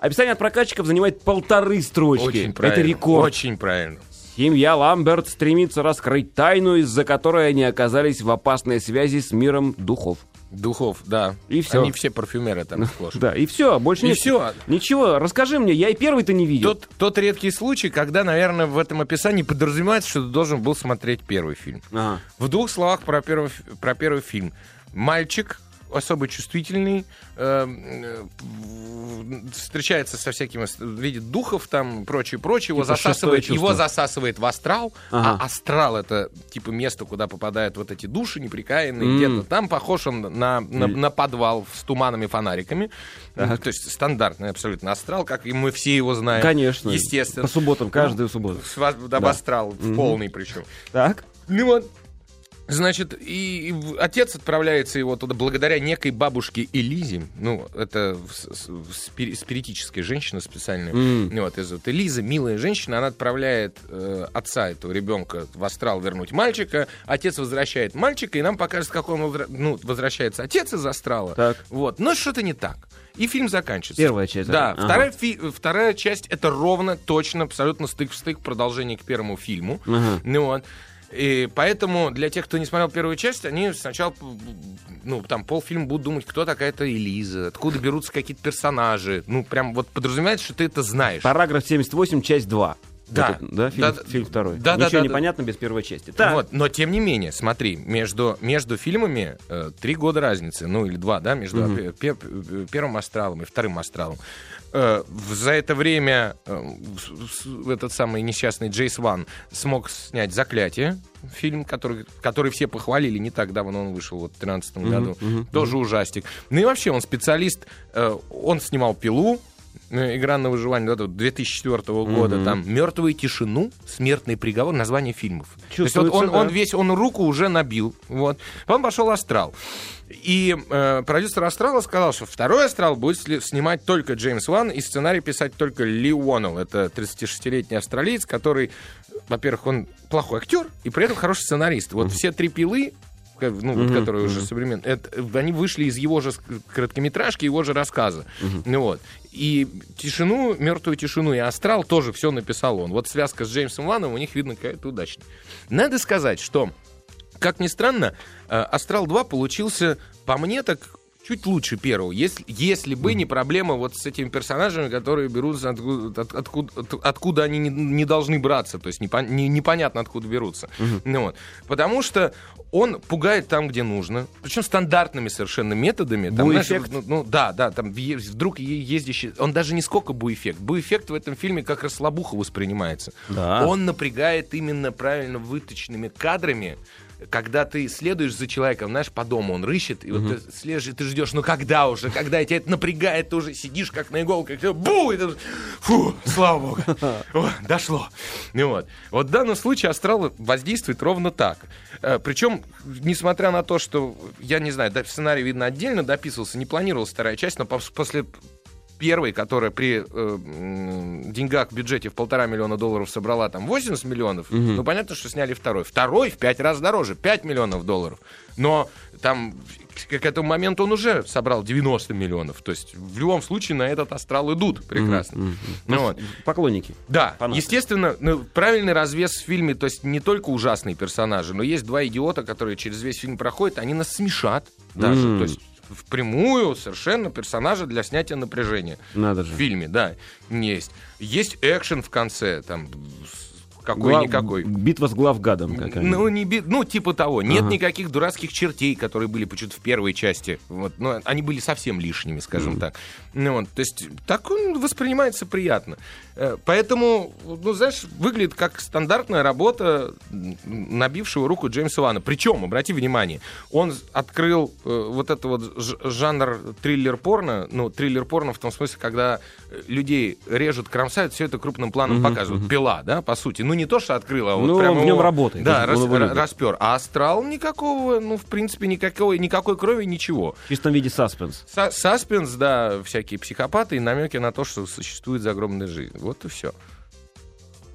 [SPEAKER 2] Описание от прокатчиков занимает полторы строчки.
[SPEAKER 3] Очень правильно.
[SPEAKER 2] Это рекорд.
[SPEAKER 3] Очень правильно.
[SPEAKER 2] Семья Ламберт стремится раскрыть тайну, из-за которой они оказались в опасной связи с миром духов.
[SPEAKER 3] Духов, да.
[SPEAKER 2] И всё. Ну,
[SPEAKER 3] Они все парфюмеры там сплошь.
[SPEAKER 2] Да, и все, больше
[SPEAKER 3] И
[SPEAKER 2] нет.
[SPEAKER 3] всё.
[SPEAKER 2] Ничего, расскажи мне, я и первый-то не видел.
[SPEAKER 3] Тот, тот редкий случай, когда, наверное, в этом описании подразумевается, что ты должен был смотреть первый фильм.
[SPEAKER 2] Ага.
[SPEAKER 3] В двух словах про первый, ф- про первый фильм. Мальчик особо чувствительный, эм, э, в- встречается со всякими, с- видит духов там, прочее, прочее, его
[SPEAKER 2] Типа шестое
[SPEAKER 3] засасывает,
[SPEAKER 2] чувство.
[SPEAKER 3] его засасывает в астрал,
[SPEAKER 2] Ага.
[SPEAKER 3] а астрал это типа место, куда попадают вот эти души неприкаянные,
[SPEAKER 2] М.
[SPEAKER 3] где-то там похож он на, на, на подвал с туманами, фонариками,
[SPEAKER 2] Так.
[SPEAKER 3] то есть стандартный абсолютно астрал, как и мы все его знаем.
[SPEAKER 2] Конечно.
[SPEAKER 3] Естественно. Ну.
[SPEAKER 2] По субботам, каждую субботу.
[SPEAKER 3] С вас- да,
[SPEAKER 2] Да.
[SPEAKER 3] астрал, в полный причем.
[SPEAKER 2] Так.
[SPEAKER 3] Ну вот. Значит, и, и в- отец отправляется его туда благодаря некой бабушке Элизе. Ну, это в- с- в- спири- спиритическая женщина специальная.
[SPEAKER 2] М.
[SPEAKER 3] Ну, вот, из- вот Элиза, милая женщина, она отправляет э, отца этого ребенка в астрал вернуть мальчика. Отец возвращает мальчика, и нам покажет, как он возра- ну, возвращается отец из астрала.
[SPEAKER 2] Так.
[SPEAKER 3] Вот. Но что-то не так. И фильм заканчивается.
[SPEAKER 2] Первая часть.
[SPEAKER 3] Да,
[SPEAKER 2] Ага.
[SPEAKER 3] вторая, фи- вторая часть это ровно, точно, абсолютно стык в стык продолжение к первому фильму.
[SPEAKER 2] Ага.
[SPEAKER 3] Ну вот. И поэтому для тех, кто не смотрел первую часть, они сначала, ну, там, полфильма будут думать, кто такая-то Элиза, откуда берутся какие-то персонажи. Ну, прям вот подразумевается, что ты это знаешь.
[SPEAKER 2] Параграф 78, часть 2.
[SPEAKER 3] Да.
[SPEAKER 2] Вот это, да, фильм,
[SPEAKER 3] Да, да.
[SPEAKER 2] фильм второй.
[SPEAKER 3] Да, да,
[SPEAKER 2] Ничего
[SPEAKER 3] да,
[SPEAKER 2] не
[SPEAKER 3] да.
[SPEAKER 2] понятно без первой части. Так.
[SPEAKER 3] Вот, но тем не менее, смотри, между, между фильмами э, три года разницы, ну или два, да, между э, пе- э, первым астралом и вторым астралом. Э, в- за это время э, с- с- этот самый несчастный Джейс Ван смог снять заклятие. Фильм, который, который все похвалили не так давно, он вышел вот в 2013 году. Тоже ужастик. Ну и вообще, он специалист, э, он снимал пилу, э, Игра на выживание да, тут 2004 года, там Мертвую тишину, смертный приговор, название фильмов. То есть вот
[SPEAKER 2] Чувствуется,
[SPEAKER 3] он, он
[SPEAKER 2] да.
[SPEAKER 3] весь, он руку уже набил. Вот. Потом пошел «Астрал». И э, продюсер «Астрала» сказал, что второй «Астрал» будет сли- снимать только Джеймс Ван, и сценарий писать только Ли Уоннелл. Это 36-летний австралиец, который, во-первых, он плохой актер, и при этом хороший сценарист. Вот все три пилы, ка- ну, вот, которые уже современные, это, э, они вышли из его же ск- короткометражки, его же рассказа. Ну вот. И «Тишину», «Мертвую тишину» и «Астрал» тоже все написал он. Вот связка с Джеймсом Ваном у них, видно, какая-то удачная. Надо сказать, что как ни странно, э, «Астрал 2» получился, по мне, так чуть лучше первого, если, если бы не проблема вот с этими персонажами, которые берутся откуда, от- откуда, от- откуда они не, не должны браться, то есть непон- не- непонятно откуда берутся. Ну вот. Потому что он пугает там, где нужно, причем стандартными совершенно методами. Там, знаешь,
[SPEAKER 2] Буэффект?
[SPEAKER 3] ну, ну да, да, там е- вдруг е- ездящий, он даже не сколько буэффект, буэффект в этом фильме как расслабуха воспринимается.
[SPEAKER 2] Да.
[SPEAKER 3] Он напрягает именно правильно выточенными кадрами, когда ты следуешь за человеком, знаешь, по дому он рыщет, и вот ты следуешь, и ты ждешь, ну когда уже, когда тебя это напрягает, ты уже сидишь как на иголках, и бу, и ты уже, фу, слава богу, О, дошло. Ну вот. Вот в данном случае астрал воздействует ровно так. Причем, несмотря на то, что, я не знаю, да, сценарий, видно, отдельно дописывался, не планировалась вторая часть, но пос- после первой, которая при э, м, деньгах в бюджете в полтора миллиона долларов собрала там 80 миллионов, ну понятно, что сняли второй. Второй в пять раз дороже, 5 миллионов долларов. Но там к к этому моменту он уже собрал 90 миллионов. То есть в любом случае на этот астрал идут прекрасно. Ну вот.
[SPEAKER 2] Поклонники.
[SPEAKER 3] Да,
[SPEAKER 2] Фанаты.
[SPEAKER 3] естественно, ну, правильный развес в фильме, то есть не только ужасные персонажи, но есть два идиота, которые через весь фильм проходят, они нас смешат даже,
[SPEAKER 2] М.
[SPEAKER 3] то есть впрямую совершенно персонажа для снятия напряжения
[SPEAKER 2] Надо
[SPEAKER 3] в
[SPEAKER 2] же.
[SPEAKER 3] фильме, да, есть. Есть экшен в конце, там с- какой-никакой.
[SPEAKER 2] Глав- Битва с главгадом
[SPEAKER 3] Ну,
[SPEAKER 2] какая-нибудь.
[SPEAKER 3] не би- ну, типа того. Нет
[SPEAKER 2] Ага.
[SPEAKER 3] никаких дурацких чертей, которые были почему-то в первой части. Вот. Но они были совсем лишними, скажем так. Ну, вот. То есть так он воспринимается приятно. Э, Поэтому, ну, знаешь, выглядит как стандартная работа м, набившего руку Джеймса Вана. Причем, обрати внимание, он з- открыл э, вот этот вот ж- жанр триллер-порно. Ну, триллер-порно в том смысле, когда э, людей режут, кромсают, все это крупным планом показывают. Пила, да, по сути. Ну, не то, что открыл, а вот
[SPEAKER 2] Ну,
[SPEAKER 3] прям
[SPEAKER 2] он в
[SPEAKER 3] его-
[SPEAKER 2] нем работает,
[SPEAKER 3] Да,
[SPEAKER 2] он
[SPEAKER 3] рас-
[SPEAKER 2] его
[SPEAKER 3] ра-
[SPEAKER 2] любит.
[SPEAKER 3] распер. А астрал никакого, ну, в принципе, никакого, никакой крови, ничего.
[SPEAKER 2] В чистом виде саспенс.
[SPEAKER 3] Са- Саспенс, да, всякие психопаты и намеки на то, что существует загромная жизнь. Вот и все.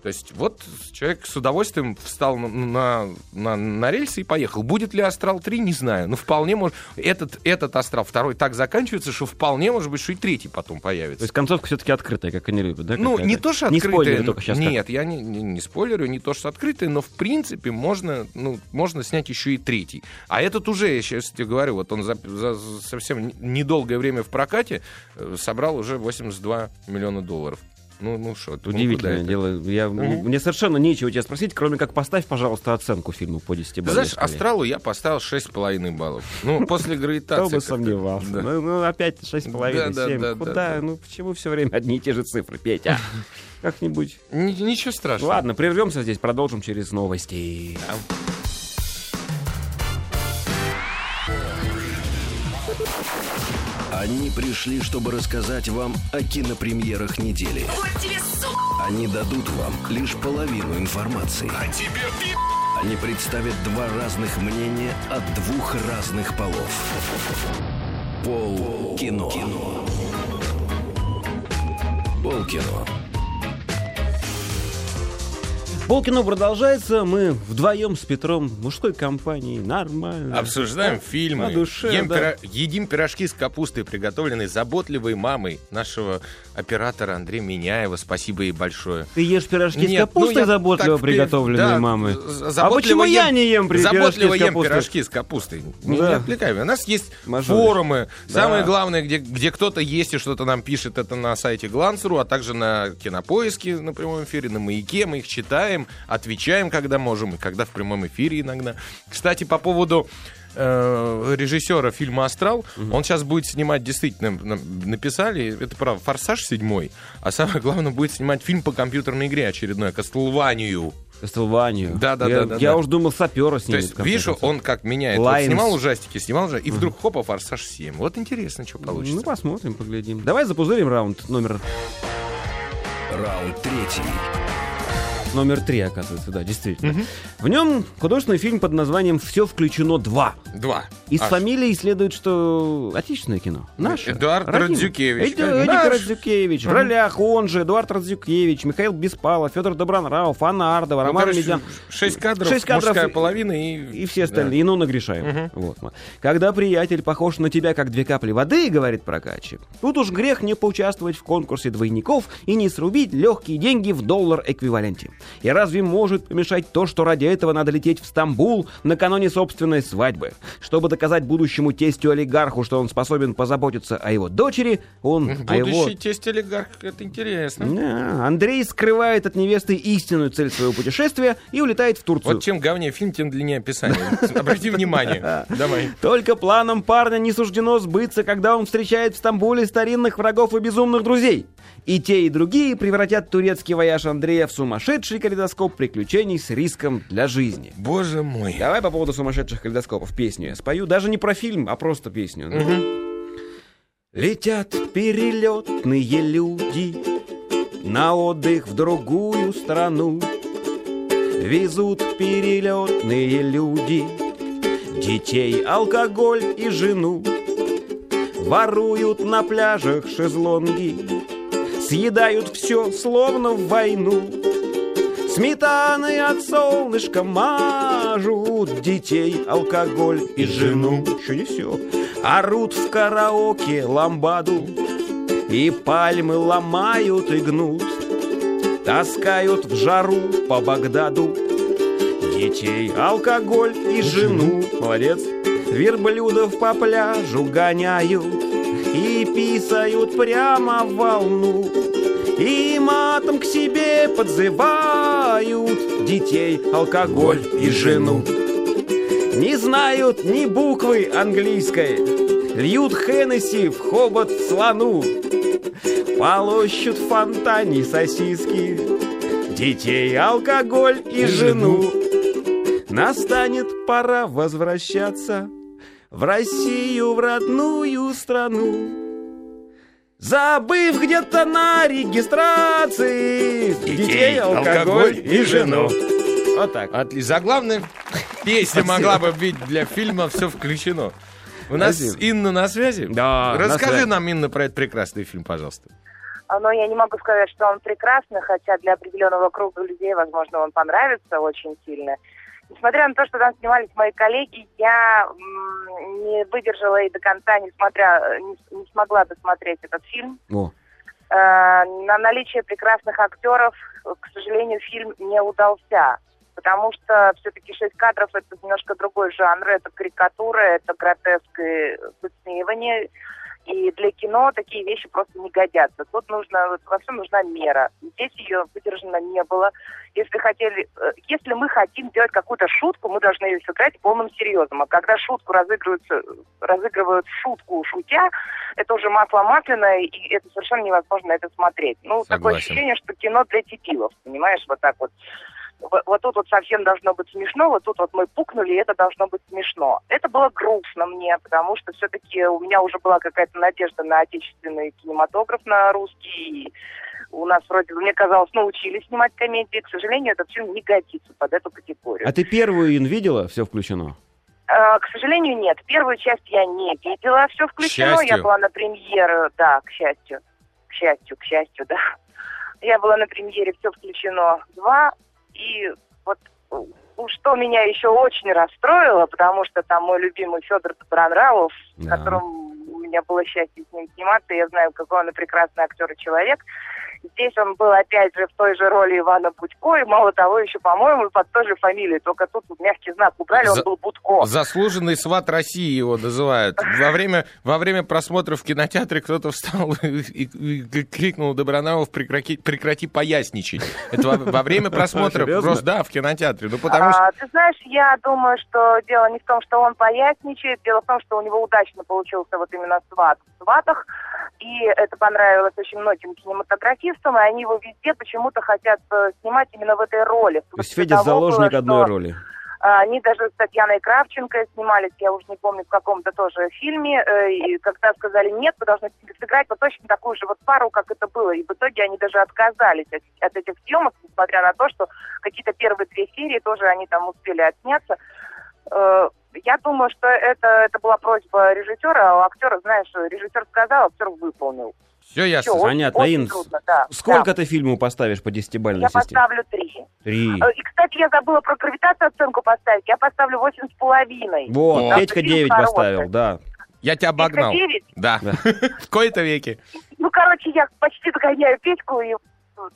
[SPEAKER 3] То есть вот человек с удовольствием встал на, на, на- на рельсы и поехал. Будет ли «Астрал 3», не знаю. Но вполне может... Этот, этот «Астрал» второй так заканчивается, что вполне может быть, что и третий потом
[SPEAKER 2] То
[SPEAKER 3] появится.
[SPEAKER 2] есть концовка все-таки открытая, как они любят, да?
[SPEAKER 3] Ну,
[SPEAKER 2] какая-то?
[SPEAKER 3] не то, что
[SPEAKER 2] Не
[SPEAKER 3] открытые.
[SPEAKER 2] спойлеры только сейчас.
[SPEAKER 3] Нет, я не, не, не спойлерю, не то, что открытые, но в принципе можно, ну, можно снять еще и третий. А этот уже, я сейчас тебе говорю, вот он за, за- за совсем не- недолгое время в прокате э, собрал уже 82 миллиона долларов. Ну, ну что,
[SPEAKER 2] как. Удивительное дело. Я,
[SPEAKER 3] Мгм.
[SPEAKER 2] Мне совершенно нечего тебя спросить, кроме как поставь, пожалуйста, оценку фильму по 10
[SPEAKER 3] Ты
[SPEAKER 2] баллам.
[SPEAKER 3] знаешь,
[SPEAKER 2] скорее.
[SPEAKER 3] «Астралу» я поставил 6,5 баллов. Ну, после
[SPEAKER 2] Кто
[SPEAKER 3] гравитации.
[SPEAKER 2] бы сомневался.
[SPEAKER 3] Да.
[SPEAKER 2] Ну, ну, опять 6,5,
[SPEAKER 3] Да, да,
[SPEAKER 2] 7.
[SPEAKER 3] да, да,
[SPEAKER 2] Куда?
[SPEAKER 3] да.
[SPEAKER 2] Ну, почему все время одни и те же цифры, Петя? Как-нибудь.
[SPEAKER 3] Н- Ничего страшного.
[SPEAKER 2] Ладно, прервемся здесь, продолжим через новости.
[SPEAKER 1] Они пришли, чтобы рассказать вам о кинопремьерах недели. Они дадут вам лишь половину информации. Они представят два разных мнения от двух разных полов. Пол кино. Пол кино.
[SPEAKER 2] Полкино продолжается. Мы вдвоем с Петром в мужской компании. Нормально.
[SPEAKER 3] Обсуждаем фильмы.
[SPEAKER 2] на душе,
[SPEAKER 3] Ем
[SPEAKER 2] да.
[SPEAKER 3] пира- Едим пирожки с капустой, приготовленной заботливой мамой нашего оператора Андрея Миняева. Спасибо ей большое.
[SPEAKER 2] Ты ешь пирожки
[SPEAKER 3] Нет,
[SPEAKER 2] с капустой
[SPEAKER 3] ну, я
[SPEAKER 2] заботливо
[SPEAKER 3] так впер-
[SPEAKER 2] приготовленной
[SPEAKER 3] да,
[SPEAKER 2] мамы.
[SPEAKER 3] з- з-
[SPEAKER 2] а
[SPEAKER 3] заботливо
[SPEAKER 2] почему я не ем при
[SPEAKER 3] Заботливо
[SPEAKER 2] пирожки с
[SPEAKER 3] ем
[SPEAKER 2] капустой?
[SPEAKER 3] пирожки с капустой. Не,
[SPEAKER 2] Да.
[SPEAKER 3] не отвлекай меня. У нас есть
[SPEAKER 2] Мажоры.
[SPEAKER 3] форумы.
[SPEAKER 2] Да.
[SPEAKER 3] Самое главное, где, где кто-то есть и что-то нам пишет, это на сайте Глансеру, а также на Кинопоиске на прямом эфире, на Маяке. Мы их читаем, отвечаем, когда можем, и когда в прямом эфире иногда. Кстати, по поводу э, режиссера фильма «Астрал». Он сейчас будет снимать, действительно, на- написали, это правда, «Форсаж 7», а самое главное, будет снимать фильм по компьютерной игре очередной, «Кастлванию».
[SPEAKER 2] Кастлванию.
[SPEAKER 3] Да, да,
[SPEAKER 2] я,
[SPEAKER 3] да, да,
[SPEAKER 2] Я
[SPEAKER 3] да.
[SPEAKER 2] уж думал, сапера
[SPEAKER 3] То
[SPEAKER 2] снимет. в
[SPEAKER 3] есть,
[SPEAKER 2] конце
[SPEAKER 3] видишь,
[SPEAKER 2] концов.
[SPEAKER 3] он как меняет. Вот
[SPEAKER 2] Lions.
[SPEAKER 3] снимал ужастики, снимал же, и вдруг хопа, «Форсаж 7». Вот интересно, что
[SPEAKER 2] Ну,
[SPEAKER 3] получится.
[SPEAKER 2] посмотрим, поглядим. Давай запузырим раунд номер,
[SPEAKER 1] Раунд третий.
[SPEAKER 2] номер три, оказывается, да, действительно. В нем художественный фильм под названием «Все включено 2».
[SPEAKER 3] Два. А, ну,
[SPEAKER 2] Из
[SPEAKER 3] Аж.
[SPEAKER 2] фамилии следует, что отечественное кино. Наше.
[SPEAKER 3] Эдуард
[SPEAKER 2] родимое.
[SPEAKER 3] Радзюкевич.
[SPEAKER 2] Эду- Эдик
[SPEAKER 3] Наш.
[SPEAKER 2] Радзюкевич. В ролях он же, Эдуард Радзюкевич, Михаил Беспалов, Федор Добронравов, Анна Ардова,
[SPEAKER 3] Ну,
[SPEAKER 2] Роман
[SPEAKER 3] короче,
[SPEAKER 2] Медян.
[SPEAKER 3] Шесть кадров,
[SPEAKER 2] Шесть кадров
[SPEAKER 3] мужская
[SPEAKER 2] и-
[SPEAKER 3] половина и...
[SPEAKER 2] И все
[SPEAKER 3] Да.
[SPEAKER 2] остальные. И Нонна Гришаева. Вот. Когда приятель похож на тебя, как две капли воды, говорит прокачи, тут уж грех не поучаствовать в конкурсе двойников и не срубить легкие деньги в доллар эквиваленте. И разве может помешать то, что ради этого надо лететь в Стамбул накануне собственной свадьбы? Чтобы доказать будущему тестю-олигарху, что он способен позаботиться о его дочери, он... о А его... Ну,
[SPEAKER 3] Будущий тесть олигарх, это интересно.
[SPEAKER 2] Да, Андрей скрывает от невесты истинную цель своего путешествия и улетает в Турцию.
[SPEAKER 3] Вот чем говнее фильм, тем длиннее описание. Обрати внимание. Давай.
[SPEAKER 2] Только планам парня не суждено сбыться, когда он встречает в Стамбуле старинных врагов и безумных друзей. И те, и другие превратят турецкий вояж Андрея в сумасшедший калейдоскоп приключений с риском для жизни.
[SPEAKER 3] Боже мой.
[SPEAKER 2] Давай по поводу сумасшедших калейдоскопов песню я спою. Даже не про фильм, а просто песню. Летят перелетные люди на отдых в другую страну. Везут перелетные люди детей, алкоголь и жену. Воруют на пляжах шезлонги, съедают все, словно в войну. Сметаны от солнышка мажут детей, алкоголь и жену. Еще не все. Орут в караоке ламбаду, и пальмы ломают и гнут. Таскают в жару по Багдаду детей, алкоголь и жену. Молодец. Верблюдов по пляжу гоняют и писают прямо в волну. И матом к себе подзывают детей, алкоголь и жену. Не знают ни буквы английской, льют Хеннесси в хобот слону. Полощут в фонтане сосиски, детей, алкоголь и жену. Настанет пора возвращаться в Россию, в родную страну. Забыв где-то на регистрации детей, алкоголь и жену. А, Вот так.
[SPEAKER 3] Отлично. Заглавная песня могла бы быть для фильма «Все включено». У нас
[SPEAKER 2] Спасибо.
[SPEAKER 3] Инна на связи.
[SPEAKER 2] Да, на
[SPEAKER 3] Расскажи
[SPEAKER 2] связи.
[SPEAKER 3] нам, Инна, про этот прекрасный фильм, пожалуйста.
[SPEAKER 4] А, Но я не могу сказать, что он прекрасный, хотя для определенного круга людей, возможно, он понравится очень сильно. Несмотря на то, что там снимались мои коллеги, я м, не выдержала и до конца, не, смотря, не, не смогла досмотреть этот фильм.
[SPEAKER 2] О.
[SPEAKER 4] Э, на наличие прекрасных актеров, к сожалению, фильм не удался. Потому что все-таки шесть кадров это немножко другой жанр, это карикатура, это гротеск и высмеивание. И для кино такие вещи просто не годятся. Тут нужно, вот во всем нужна мера. Здесь ее выдержано не было. Если хотели, э, если мы хотим делать какую-то шутку, мы должны ее сыграть полным серьезом. А когда шутку разыгрываются, разыгрывают шутку шутя, это уже масло масляное, и это совершенно невозможно это смотреть. Ну, такое
[SPEAKER 3] Согласен.
[SPEAKER 4] ощущение, что кино для тетилов, понимаешь, вот так вот. Во- Вот тут вот совсем должно быть смешно, вот тут вот мы пукнули, и это должно быть смешно. Это было грустно мне, потому что все-таки у меня уже была какая-то надежда на отечественный кинематограф, на русский. И у нас вроде, бы, мне казалось, научились снимать комедии. К сожалению, этот фильм не годится под эту категорию.
[SPEAKER 2] А ты первую Ин видела? Все включено.
[SPEAKER 4] Э, К сожалению, нет. Первую часть я не видела. Все
[SPEAKER 3] К
[SPEAKER 4] включено.
[SPEAKER 3] счастью.
[SPEAKER 4] Я была на премьере, да, к счастью. К счастью, к счастью, да. Я была на премьере «Все включено 2». И вот ну, что меня еще очень расстроило, потому что там мой любимый Федор Добронравов, с
[SPEAKER 2] Да.
[SPEAKER 4] которым у меня было счастье с ним сниматься, я знаю, какой он и прекрасный актер и человек, Здесь он был опять же в той же роли Ивана Будько, и мало того, еще, по-моему, под той же фамилией, только тут вот мягкий знак убрали,
[SPEAKER 3] За-
[SPEAKER 4] он был Будко.
[SPEAKER 3] Заслуженный сват России его называют. Во время, во время просмотра в кинотеатре кто-то встал и, и- и крикнул Добронавов прекрати, прекрати поясничать. Это во, во время просмотра
[SPEAKER 2] Серьезно?
[SPEAKER 3] просто, да, в кинотеатре. Ну, потому что
[SPEAKER 4] А, ты знаешь, я думаю, что дело не в том, что он поясничает, дело в том, что у него удачно получился вот именно сват в сватах, и это понравилось очень многим кинематографистам, и они его везде почему-то хотят э, снимать именно в этой роли.
[SPEAKER 2] То есть Федя заложник одной роли.
[SPEAKER 4] А, Они даже с Татьяной Кравченко снимались, я уже не помню, в каком-то тоже фильме. э, И когда сказали «нет, вы должны сыграть вот точно такую же вот пару, как это было». И в итоге они даже отказались от, от этих съемок, несмотря на то, что какие-то первые две серии тоже они там успели отсняться. Э, Я думаю, что это, это была просьба режиссера, а у актера, знаешь, режиссер сказал, а актер выполнил.
[SPEAKER 3] все ясно.
[SPEAKER 4] Всё, очень-
[SPEAKER 2] Понятно,
[SPEAKER 4] очень
[SPEAKER 2] Инна,
[SPEAKER 4] трудно, да.
[SPEAKER 2] Сколько
[SPEAKER 4] Да.
[SPEAKER 2] ты фильму поставишь по десятибальной
[SPEAKER 4] Я
[SPEAKER 2] системе?
[SPEAKER 4] поставлю три.
[SPEAKER 2] Три.
[SPEAKER 4] Э, И, кстати, я забыла про гравитацию оценку поставить. Я поставлю восемь с половиной.
[SPEAKER 2] Вот,
[SPEAKER 3] О.
[SPEAKER 2] Петька 9
[SPEAKER 4] э, Хороший.
[SPEAKER 2] поставил, да.
[SPEAKER 3] Я тебя обогнал.
[SPEAKER 4] девять?
[SPEAKER 3] Да. В кои-то веки.
[SPEAKER 4] Ну, короче, я почти догоняю Петьку и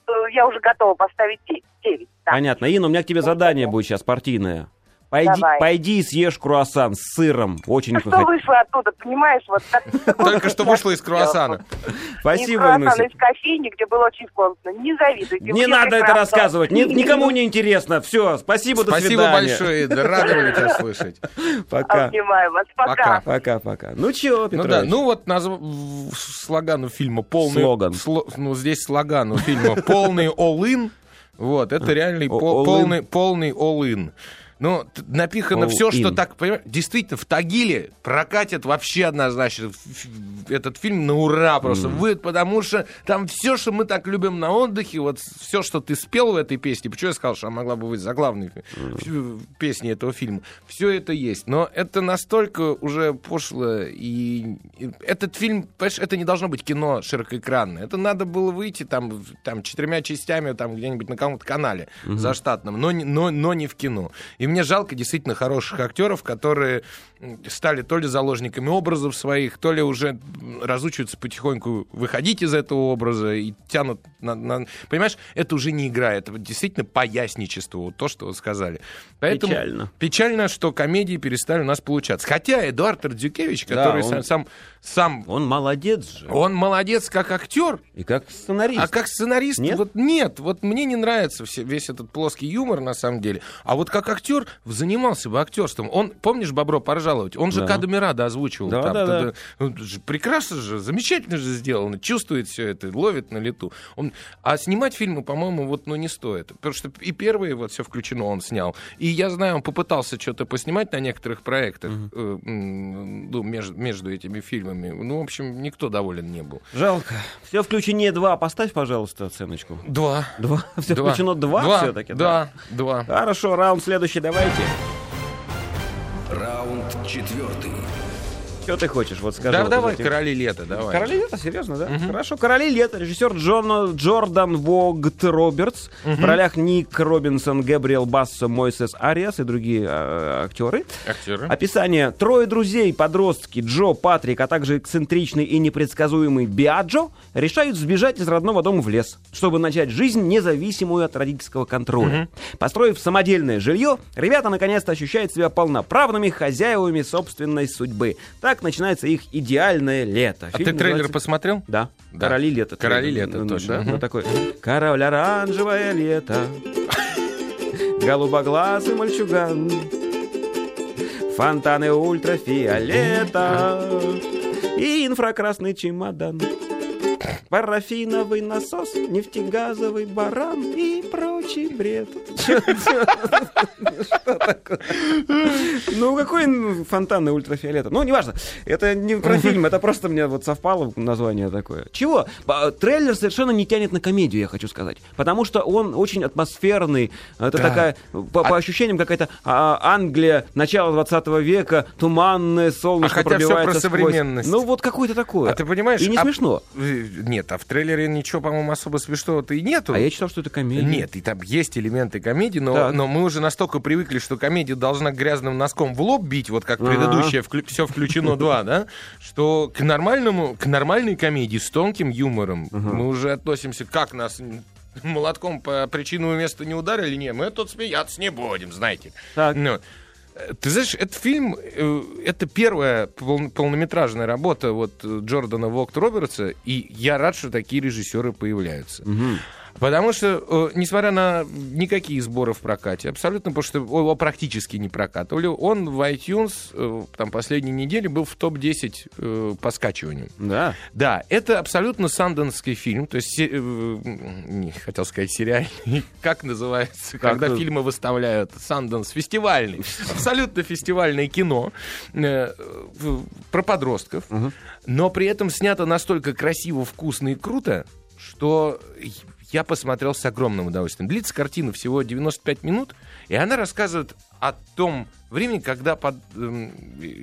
[SPEAKER 4] то я уже готова поставить 9. да.
[SPEAKER 2] Понятно. Инна, у меня к тебе задание будет сейчас партийное. Пойди,
[SPEAKER 4] Давай.
[SPEAKER 2] пойди и съешь круассан с сыром. Очень
[SPEAKER 4] Ну, Что
[SPEAKER 2] выходи.
[SPEAKER 4] вышло оттуда, понимаешь? Вот так-
[SPEAKER 2] Ну,
[SPEAKER 3] Только что вышла из круассана.
[SPEAKER 4] Из
[SPEAKER 2] Спасибо,
[SPEAKER 4] круассана,
[SPEAKER 2] Инуся.
[SPEAKER 4] из кофейни, где было очень вкусно. Не завидуйте.
[SPEAKER 2] Не
[SPEAKER 4] мне
[SPEAKER 2] надо это
[SPEAKER 4] прекрасно.
[SPEAKER 2] рассказывать. Ни- никому не интересно. Все, спасибо, до
[SPEAKER 3] Спасибо
[SPEAKER 2] свидания.
[SPEAKER 3] большое, да, рады были тебя слышать.
[SPEAKER 2] Пока.
[SPEAKER 4] Обнимаю вас.
[SPEAKER 3] Пока.
[SPEAKER 4] Пока.
[SPEAKER 2] Пока-пока. Ну чего,
[SPEAKER 3] Ну да,
[SPEAKER 2] Петрович?
[SPEAKER 3] ну вот назв- в- слогану фильма полный...
[SPEAKER 2] Слоган.
[SPEAKER 3] сло- Ну здесь слогану фильма полный all-in. Вот, это реальный
[SPEAKER 2] О-
[SPEAKER 3] по-
[SPEAKER 2] all-in.
[SPEAKER 3] полный полный all-in. Ну, т- напихано все, что
[SPEAKER 2] All-in.
[SPEAKER 3] так, понимаешь, действительно, в Тагиле прокатят вообще однозначно ф- ф- этот фильм на ура просто выйдет, потому что там все, что мы так любим на отдыхе, вот все, что ты спел в этой песне, почему я сказал, что она могла бы быть заглавной ф- песней этого фильма, все это есть, но это настолько уже пошло, и и этот фильм, понимаешь, это не должно быть кино широкоэкранное, это надо было выйти там, в- там четырьмя частями там где-нибудь на каком-то канале заштатном, но, не- но, но не в кино. И мне жалко действительно хороших актеров, которые м, стали то ли заложниками образов своих, то ли уже м, разучиваются потихоньку выходить из этого образа и тянут... на- на- Понимаешь, это уже не игра, это вот действительно поясничество, вот то, что вы сказали. Поэтому
[SPEAKER 2] Печально.
[SPEAKER 3] печально, что комедии перестали у нас получаться. Хотя Эдуард Радзюкевич,
[SPEAKER 2] Да,
[SPEAKER 3] который
[SPEAKER 2] он-
[SPEAKER 3] сам- сам... сам
[SPEAKER 2] Он молодец же.
[SPEAKER 3] он молодец как актер,
[SPEAKER 2] И как сценарист.
[SPEAKER 3] а как сценарист,
[SPEAKER 2] Нет?
[SPEAKER 3] вот нет, вот мне не нравится все- весь этот плоский юмор на самом деле. А вот как актер занимался бы актерством. Он, помнишь, Бобро поржаловать? Он же
[SPEAKER 2] Да.
[SPEAKER 3] Кадамирада озвучивал.
[SPEAKER 2] Да,
[SPEAKER 3] там.
[SPEAKER 2] да,
[SPEAKER 3] Т-
[SPEAKER 2] да.
[SPEAKER 3] ну, это же Прекрасно же, замечательно же сделано. Чувствует все это, ловит на лету. Он... А снимать фильмы, по-моему, вот ну не стоит. Потому что и первые вот все включено он снял. И я знаю, он попытался что-то поснимать на некоторых проектах э, м, ну, меж- между этими фильмами. Ну, в общем, никто доволен не был.
[SPEAKER 2] Жалко. Все включение 2. Поставь, пожалуйста, оценочку.
[SPEAKER 3] Два.
[SPEAKER 2] Два. Все
[SPEAKER 3] Два.
[SPEAKER 2] включено 2, все-таки.
[SPEAKER 3] Да, два.
[SPEAKER 2] Хорошо, раунд следующий, давайте.
[SPEAKER 1] Раунд четвертый.
[SPEAKER 2] Что ты хочешь, вот скажи.
[SPEAKER 3] Да,
[SPEAKER 2] вот
[SPEAKER 3] давай,
[SPEAKER 2] из этих-
[SPEAKER 3] короли лета, давай.
[SPEAKER 2] Короли лета, серьезно, да? Хорошо, короли лета. Режиссер Джон, Джордан Вогт Робертс. В ролях Ник Робинсон, Габриэл Бассо, Мойсес Ариас и другие э, актеры. А
[SPEAKER 3] Актеры.
[SPEAKER 2] Описание. Трое друзей, подростки Джо, Патрик, а также эксцентричный и непредсказуемый Биаджо решают сбежать из родного дома в лес, чтобы начать жизнь, независимую от родительского контроля. Построив самодельное жилье, ребята наконец-то ощущают себя полноправными хозяевами собственной судьбы. Так начинается их идеальное лето.
[SPEAKER 3] А ты
[SPEAKER 2] Фильм
[SPEAKER 3] трейлер
[SPEAKER 2] называется-
[SPEAKER 3] посмотрел?
[SPEAKER 2] Да.
[SPEAKER 3] Да.
[SPEAKER 2] Короли лета.
[SPEAKER 3] Короли
[SPEAKER 2] трейлер.
[SPEAKER 3] лета,
[SPEAKER 2] Ну,
[SPEAKER 3] точно.
[SPEAKER 2] да,
[SPEAKER 3] Мгм.
[SPEAKER 2] ну, такой. Король оранжевое лето. Голубоглазый мальчуган. Фонтаны ультрафиолета. И инфракрасный чемодан. Парафиновый насос, нефтегазовый баран и прочий бред. Чё- чё- Что такое? Ну, какой м, фонтан и ультрафиолета? Ну, неважно. Это не про фильм, это просто мне вот совпало название такое. Чего? Ба- Трейлер совершенно не тянет на комедию, я хочу сказать. Потому что он очень атмосферный. Это такая, по по ощущениям, какая-то а, Англия начала 20 века, туманное солнышко
[SPEAKER 3] А хотя всё про
[SPEAKER 2] пробивается сквозь.
[SPEAKER 3] современность.
[SPEAKER 2] Ну, вот какое-то такое.
[SPEAKER 3] А ты понимаешь?
[SPEAKER 2] И не
[SPEAKER 3] а-
[SPEAKER 2] смешно.
[SPEAKER 3] Э, Нет, а в трейлере ничего, по-моему, особо смешного-то и нету.
[SPEAKER 2] А я читал, что это комедия.
[SPEAKER 3] Нет, и там есть элементы комедии, но,
[SPEAKER 2] Так.
[SPEAKER 3] но мы уже настолько привыкли, что комедия должна грязным носком в лоб бить, вот как предыдущая «Все включено 2», да? Что к нормальному, к нормальной комедии с тонким юмором мы уже относимся, как нас м, молотком по причину и месту не ударили, не, мы тут смеяться не будем, знаете.
[SPEAKER 2] Так.
[SPEAKER 3] Ну, э, Ты знаешь, этот фильм, э, это первая пол- полнометражная работа вот э, Джордана Вокт Робертса, и я рад, что такие режиссеры появляются. Потому что, э, несмотря на никакие сборы в прокате, абсолютно, потому что его практически не прокатывали, он в iTunes э, там последние недели был в топ-10 э, по скачиванию.
[SPEAKER 2] Да.
[SPEAKER 3] Да, это абсолютно санденский фильм, то есть, се- э, м, не хотел сказать сериальный, как называется,
[SPEAKER 2] Как
[SPEAKER 3] когда
[SPEAKER 2] это?
[SPEAKER 3] фильмы выставляют, санденс, фестивальный, абсолютно фестивальное кино э, в- про подростков, но при этом снято настолько красиво, вкусно и круто, что я посмотрел с огромным удовольствием. Длится картина всего 95 минут, и она рассказывает о том, времени, когда под, эм,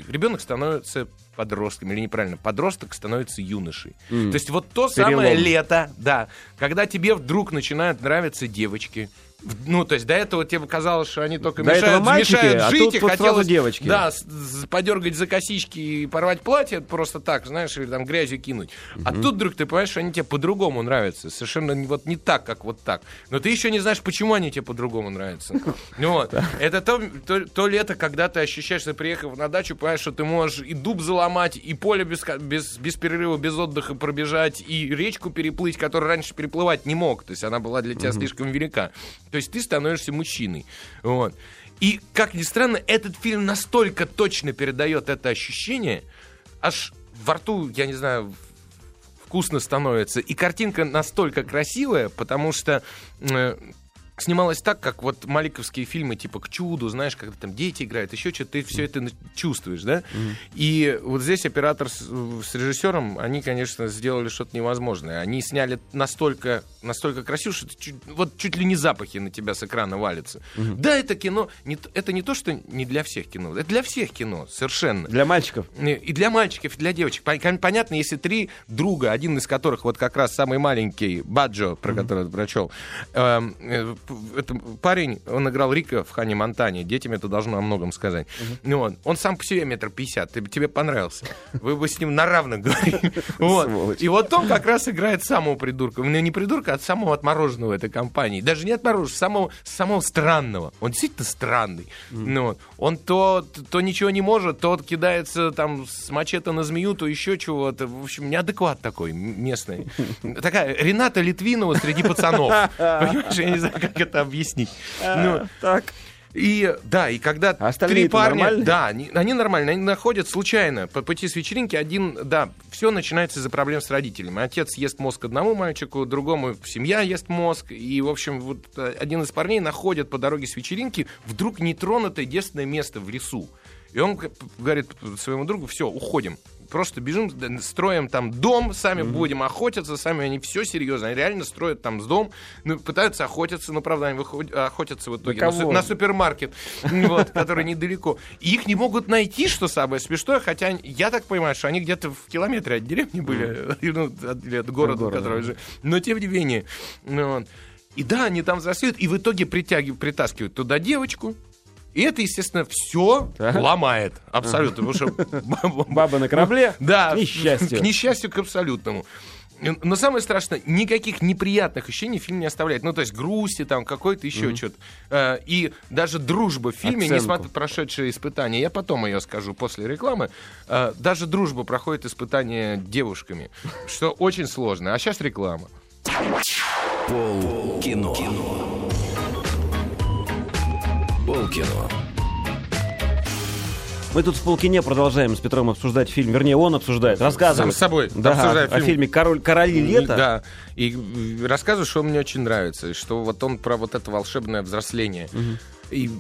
[SPEAKER 3] ребенок становится подростком, или неправильно, подросток становится юношей.
[SPEAKER 5] М.
[SPEAKER 3] То есть вот то
[SPEAKER 5] Перелом.
[SPEAKER 3] самое лето, да, когда тебе вдруг начинают нравиться девочки. В- Ну, то есть до этого тебе казалось, что они только
[SPEAKER 5] До этого
[SPEAKER 3] мешают,
[SPEAKER 5] мальчики,
[SPEAKER 3] мешают
[SPEAKER 5] а
[SPEAKER 3] жить,
[SPEAKER 5] тут
[SPEAKER 3] и
[SPEAKER 5] вот сразу
[SPEAKER 3] хотелось,
[SPEAKER 5] девочки.
[SPEAKER 3] Да, с- с- подергать за косички и порвать платье просто так, знаешь, или там грязью кинуть. А тут вдруг ты понимаешь, что они тебе по-другому нравятся. Совершенно не- вот не так, как вот так. Но ты еще не знаешь, почему они тебе по-другому нравятся. Ну вот. Это то, то- то лето, когда ты ощущаешь, что приехав на дачу, понимаешь, что ты можешь и дуб заломать, и поле без, ко- без, без перерыва, без отдыха пробежать, и речку переплыть, которую раньше переплывать не мог. То есть она была для тебя слишком велика. То есть ты становишься мужчиной. Вот. И, как ни странно, этот фильм настолько точно передает это ощущение, аж во рту, я не знаю, в- вкусно становится. И картинка настолько красивая, потому что э, снималась так, как вот маликовские фильмы типа «К чуду», знаешь, когда там дети играют, еще что-то, ты все это на- чувствуешь, да? И вот здесь оператор с, с режиссером, они, конечно, сделали что-то невозможное. Они сняли настолько, настолько красиво, что ты чуть, вот чуть ли не запахи на тебя с экрана валятся. Да, это кино, не т- это не то, что не для всех кино, это для всех кино, совершенно.
[SPEAKER 5] Для мальчиков.
[SPEAKER 3] Не, И для мальчиков, и для девочек. Пон- кон- Понятно, если три друга, один из которых вот как раз самый маленький, Баджо, про который ты прочел, эм, э, п- это парень, он играл Рика в Хане Монтане. Детям это должно о многом сказать. Ну, вот. он сам по себе метр пятьдесят, ты- тебе понравился. Вы бы с ним на равных говорили. Вот. И вот он как раз играет самого придурка. Ну, не придурка, а самого отмороженного этой компании. Даже не отмороженного, самого, самого странного. Он действительно странный. Ну, вот. он то, то ничего не может, то кидается там с мачете на змею, то еще чего-то. В общем, неадекват такой м- местный. Такая Рената Литвинова среди пацанов. Понимаешь, я не знаю, как это объяснить. Ну,
[SPEAKER 5] Так.
[SPEAKER 3] и да, и когда
[SPEAKER 5] А остальные-то
[SPEAKER 3] три парня,
[SPEAKER 5] нормальные?
[SPEAKER 3] да, они, они нормально, они находят случайно по пути с вечеринки один, да, все начинается из-за проблем с родителями. Отец ест мозг одному мальчику, другому семья ест мозг, и в общем вот э, один из парней находит по дороге с вечеринки вдруг нетронутое детственное место в лесу, и он г- говорит своему другу: все, уходим. Просто бежим, д- строим там дом, сами будем охотиться, сами они все серьезно, они реально строят там с дом, ну, пытаются охотиться, но правда они выход- охотятся в итоге на, су-
[SPEAKER 5] кого?
[SPEAKER 3] на супермаркет, вот, который недалеко. И их не могут найти, что самое смешное, хотя они- я так понимаю, что они где-то в километре от деревни были, ну, от, или от города,
[SPEAKER 5] города,
[SPEAKER 3] который же. Но тем не менее. ну, вот. И да, они там взрослеют, и в итоге притягив- притаскивают туда девочку. И это, естественно, все
[SPEAKER 5] Так.
[SPEAKER 3] ломает. Абсолютно. Потому что
[SPEAKER 5] Баба на корабле.
[SPEAKER 3] да.
[SPEAKER 5] К несчастью.
[SPEAKER 3] К несчастью, к абсолютному. Но самое страшное, никаких неприятных ощущений фильм не оставляет. Ну, то есть грусти, там, какой-то еще что-то. Э, И даже дружба в фильме,
[SPEAKER 5] Оценку.
[SPEAKER 3] несмотря на прошедшие испытания, я потом ее скажу после рекламы, э, даже дружба проходит испытания девушками, что очень сложно. А сейчас реклама.
[SPEAKER 1] Пол кино. Пол кино.
[SPEAKER 2] Мы тут в полкине продолжаем с Петром обсуждать фильм. Вернее, он обсуждает,
[SPEAKER 3] Сам
[SPEAKER 2] рассказывает.
[SPEAKER 3] с собой
[SPEAKER 2] Да,
[SPEAKER 3] обсуждаю
[SPEAKER 2] о
[SPEAKER 3] фильм.
[SPEAKER 2] фильме «Король, «Короли лета».
[SPEAKER 3] Да. И м, рассказываю, что мне очень нравится, и что вот он про вот это волшебное взросление. И,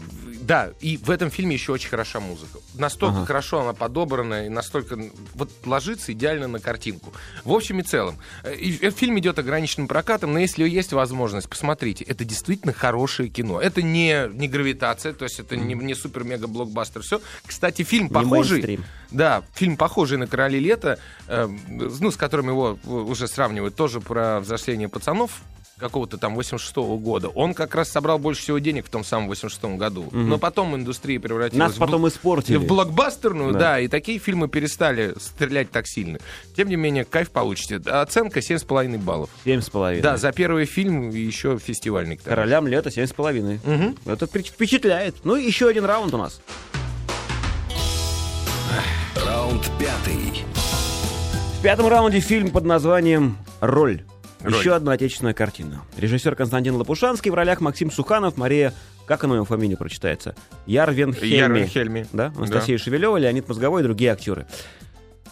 [SPEAKER 3] да, и в этом фильме еще очень хороша музыка. Настолько хорошо она подобрана, и настолько м, вот ложится идеально на картинку. В общем и целом, э, и, э, фильм идет ограниченным прокатом, но если есть возможность, посмотрите, это действительно хорошее кино. Это не, не гравитация, то есть это не, не супер-мега-блокбастер. Все. Кстати, фильм похожий.
[SPEAKER 2] мейнстрим.
[SPEAKER 3] Да, фильм похожий на «Короли лета», э, ну, с которым его э, уже сравнивают, тоже про взросление пацанов какого-то там 86-го года. Он как раз собрал больше всего денег в том самом 86-м году. Но потом индустрия превратилась
[SPEAKER 2] Нас
[SPEAKER 3] в бл-
[SPEAKER 2] потом испортили.
[SPEAKER 3] в блокбастерную,
[SPEAKER 2] Да.
[SPEAKER 3] да. и такие фильмы перестали стрелять так сильно. Тем не менее, кайф получите. Оценка 7,5 баллов.
[SPEAKER 2] Семь с половиной.
[SPEAKER 3] Да, за первый фильм и еще фестивальник. там.
[SPEAKER 2] «Королям лета» семь с половиной. Это впечат- впечатляет. Ну, и еще один раунд у нас.
[SPEAKER 1] Раунд пятый.
[SPEAKER 2] В пятом раунде фильм под названием «Роль».
[SPEAKER 3] Роль.
[SPEAKER 2] Еще одна отечественная картина. Режиссер Константин Лопушанский в ролях Максим Суханов, Мария... Как она его фамилия прочитается? Ярвен Хельми.
[SPEAKER 3] Ярвен Хельми.
[SPEAKER 2] Да? Анастасия Шевелева, Леонид Мозговой и другие актеры.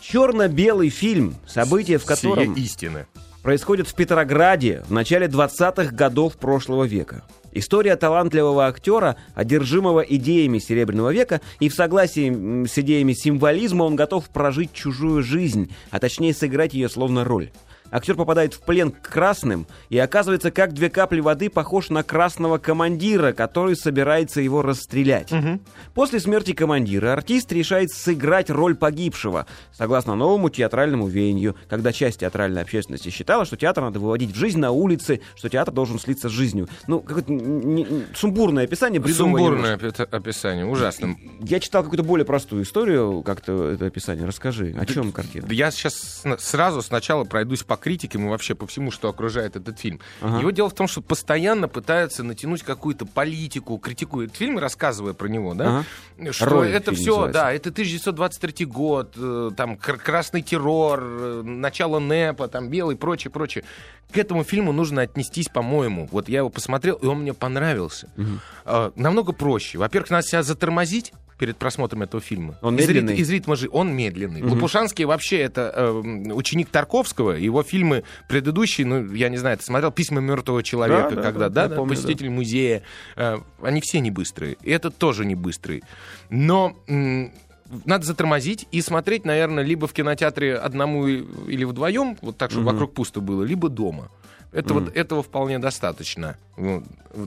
[SPEAKER 2] Черно-белый фильм, события в котором...
[SPEAKER 3] Сие истины.
[SPEAKER 2] происходит в Петрограде в начале 20-х годов прошлого века. История талантливого актера, одержимого идеями Серебряного века, и в согласии м, с идеями символизма он готов прожить чужую жизнь, а точнее сыграть ее словно роль. Актер попадает в плен к красным и оказывается, как две капли воды, похож на красного командира, который собирается его расстрелять. После смерти командира артист решает сыграть роль погибшего, согласно новому театральному веянию, когда часть театральной общественности считала, что театр надо выводить в жизнь на улице, что театр должен слиться с жизнью. Ну, какое-то н- н- сумбурное описание, бредовое
[SPEAKER 3] Сумбурное опи- описание, ужасно.
[SPEAKER 2] немножко. Я читал какую-то более простую историю, как-то это описание. Расскажи, о чем картина?
[SPEAKER 3] Я сейчас сразу сначала пройдусь по критикам и вообще по всему, что окружает этот фильм. Его дело в том, что постоянно пытаются натянуть какую-то политику, критикуют этот фильм, рассказывая про него, да? Что
[SPEAKER 2] Роль
[SPEAKER 3] это
[SPEAKER 2] фильм
[SPEAKER 3] все,
[SPEAKER 2] называется.
[SPEAKER 3] да, это 1923 год, э, там кр- красный террор, э, начало НЭПа, там белый, прочее, прочее. К этому фильму нужно отнестись, по-моему. Вот я его посмотрел, и он мне понравился. Э, Намного проще. Во-первых, надо себя затормозить перед просмотром этого фильма.
[SPEAKER 2] Он
[SPEAKER 3] Из рит-
[SPEAKER 2] медленный?
[SPEAKER 3] из ритма же он медленный. Лопушанский вообще это эм, ученик Тарковского. Его фильмы предыдущие, ну, я не знаю, ты смотрел «Письма мертвого человека»,
[SPEAKER 2] Да, да,
[SPEAKER 3] когда,
[SPEAKER 2] да,
[SPEAKER 3] да,
[SPEAKER 2] я
[SPEAKER 3] да,
[SPEAKER 2] помню,
[SPEAKER 3] посетитель музея. Э, они все не быстрые. И этот тоже не быстрый. Но м, надо затормозить и смотреть, наверное, либо в кинотеатре одному и- или вдвоем, вот так, чтобы вокруг пусто было, либо дома. Это вот, этого вполне достаточно, ну,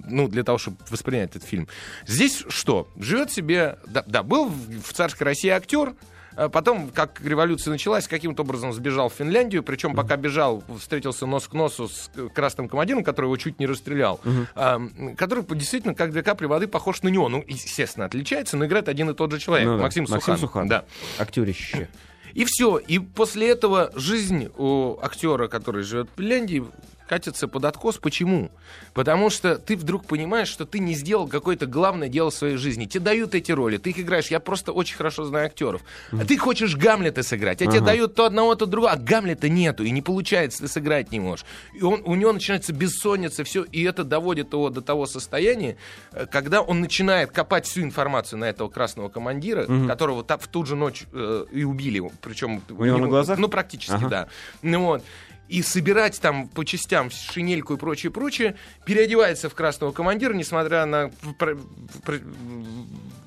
[SPEAKER 3] ну, для того, чтобы воспринять этот фильм. Здесь что? Живет себе... Да, да, был в, в царской России актер, а потом, как революция началась, каким-то образом сбежал в Финляндию, причем пока бежал, встретился нос к носу с к- красным командиром, который его чуть не расстрелял, а, м, который по- действительно, как две капли воды, похож на него. Ну, естественно, отличается, но играет один и тот же человек,
[SPEAKER 2] Ну да,
[SPEAKER 3] Максим,
[SPEAKER 2] Максим
[SPEAKER 3] Сухан.
[SPEAKER 2] Сухан.
[SPEAKER 3] Да.
[SPEAKER 2] Актерище.
[SPEAKER 3] И все. И после этого жизнь у актера, который живет в Финляндии, катится под откос. Почему? Потому что ты вдруг понимаешь, что ты не сделал какое-то главное дело в своей жизни. Тебе дают эти роли, ты их играешь. Я просто очень хорошо знаю актеров. А ты хочешь Гамлета сыграть, а тебе дают то одного, то другого. А Гамлета нету, и не получается, ты сыграть не можешь. И он, у него начинается бессонница, все, и это доводит его до того состояния, э, когда он начинает копать всю информацию на этого красного командира, которого та- в ту же ночь э, и убили, причем
[SPEAKER 2] У него на глазах?
[SPEAKER 3] ну, практически, да. Ну вот. И собирать там по частям шинельку и прочее, прочее, переодевается в красного командира, несмотря на в- про- в- про-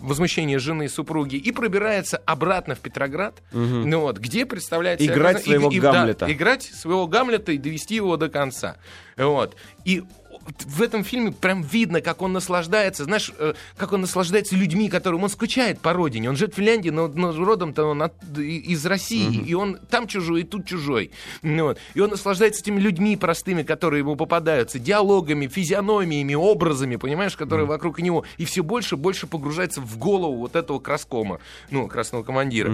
[SPEAKER 3] возмущение жены и супруги, и пробирается обратно в Петроград, ну вот, где представляет себя
[SPEAKER 2] Играть
[SPEAKER 3] красный-
[SPEAKER 2] своего
[SPEAKER 3] да,
[SPEAKER 2] Гамлета.
[SPEAKER 3] играть своего Гамлета и довести его до конца. Вот. И в этом фильме прям видно, как он наслаждается, знаешь, э, как он наслаждается людьми, которым он скучает по родине. Он живет в Финляндии, но, но родом-то он от- и- из России, и он там чужой, и тут чужой. Ну вот. И он наслаждается этими людьми простыми, которые ему попадаются, диалогами, физиономиями, образами, понимаешь, которые вокруг него. И все больше и больше погружается в голову вот этого краскома, ну, красного командира.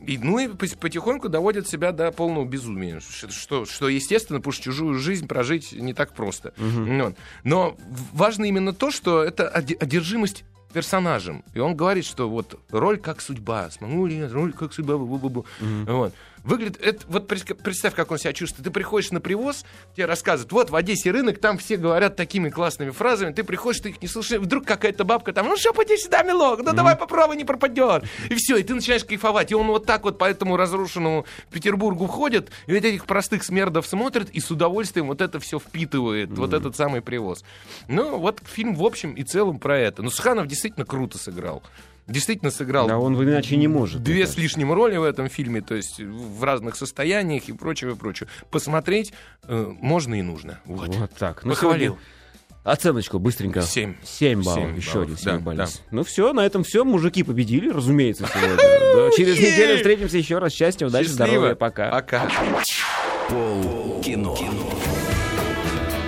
[SPEAKER 3] И, ну и пос- потихоньку доводит себя до полного безумия. Ш- Что, что естественно, потому что чужую жизнь прожить не так просто. Вот. Но в- важно именно то, что это оде- одержимость персонажем. И он говорит, что вот роль как судьба. Смогу ли я, роль как судьба. бу-бу-бу-бу. Вот. Выглядит, это, вот преск- представь, как он себя чувствует. Ты приходишь на привоз, тебе рассказывают, вот в Одессе рынок, там все говорят такими классными фразами, ты приходишь, ты их не слушаешь, вдруг какая-то бабка там, ну что, поди сюда, милок, ну давай попробуй, не пропадет. И все, и ты начинаешь кайфовать. И он вот так вот по этому разрушенному Петербургу ходит, и вот этих простых смердов смотрит, и с удовольствием вот это все впитывает, вот этот самый привоз. Ну, вот фильм в общем и целом про это. Но Суханов действительно круто сыграл. Действительно сыграл.
[SPEAKER 2] Да А он иначе не может.
[SPEAKER 3] Две с лишним роли в этом фильме, то есть в разных состояниях и прочего, и прочего. Посмотреть э, можно и нужно. Вот.
[SPEAKER 2] Вот так. Ну,
[SPEAKER 3] Похвалил.
[SPEAKER 2] Оценочку быстренько.
[SPEAKER 3] Семь.
[SPEAKER 2] 7 баллов.
[SPEAKER 3] Семь
[SPEAKER 2] Еще
[SPEAKER 3] баллов,
[SPEAKER 2] один
[SPEAKER 3] да,
[SPEAKER 2] 7 баллов.
[SPEAKER 3] да.
[SPEAKER 2] Ну все, на этом все. Мужики победили, разумеется, сегодня. Да, Через неделю встретимся еще раз. Счастья, удачи,
[SPEAKER 3] Счастливо.
[SPEAKER 2] здоровья. Пока.
[SPEAKER 3] Пока.
[SPEAKER 1] Пол кино.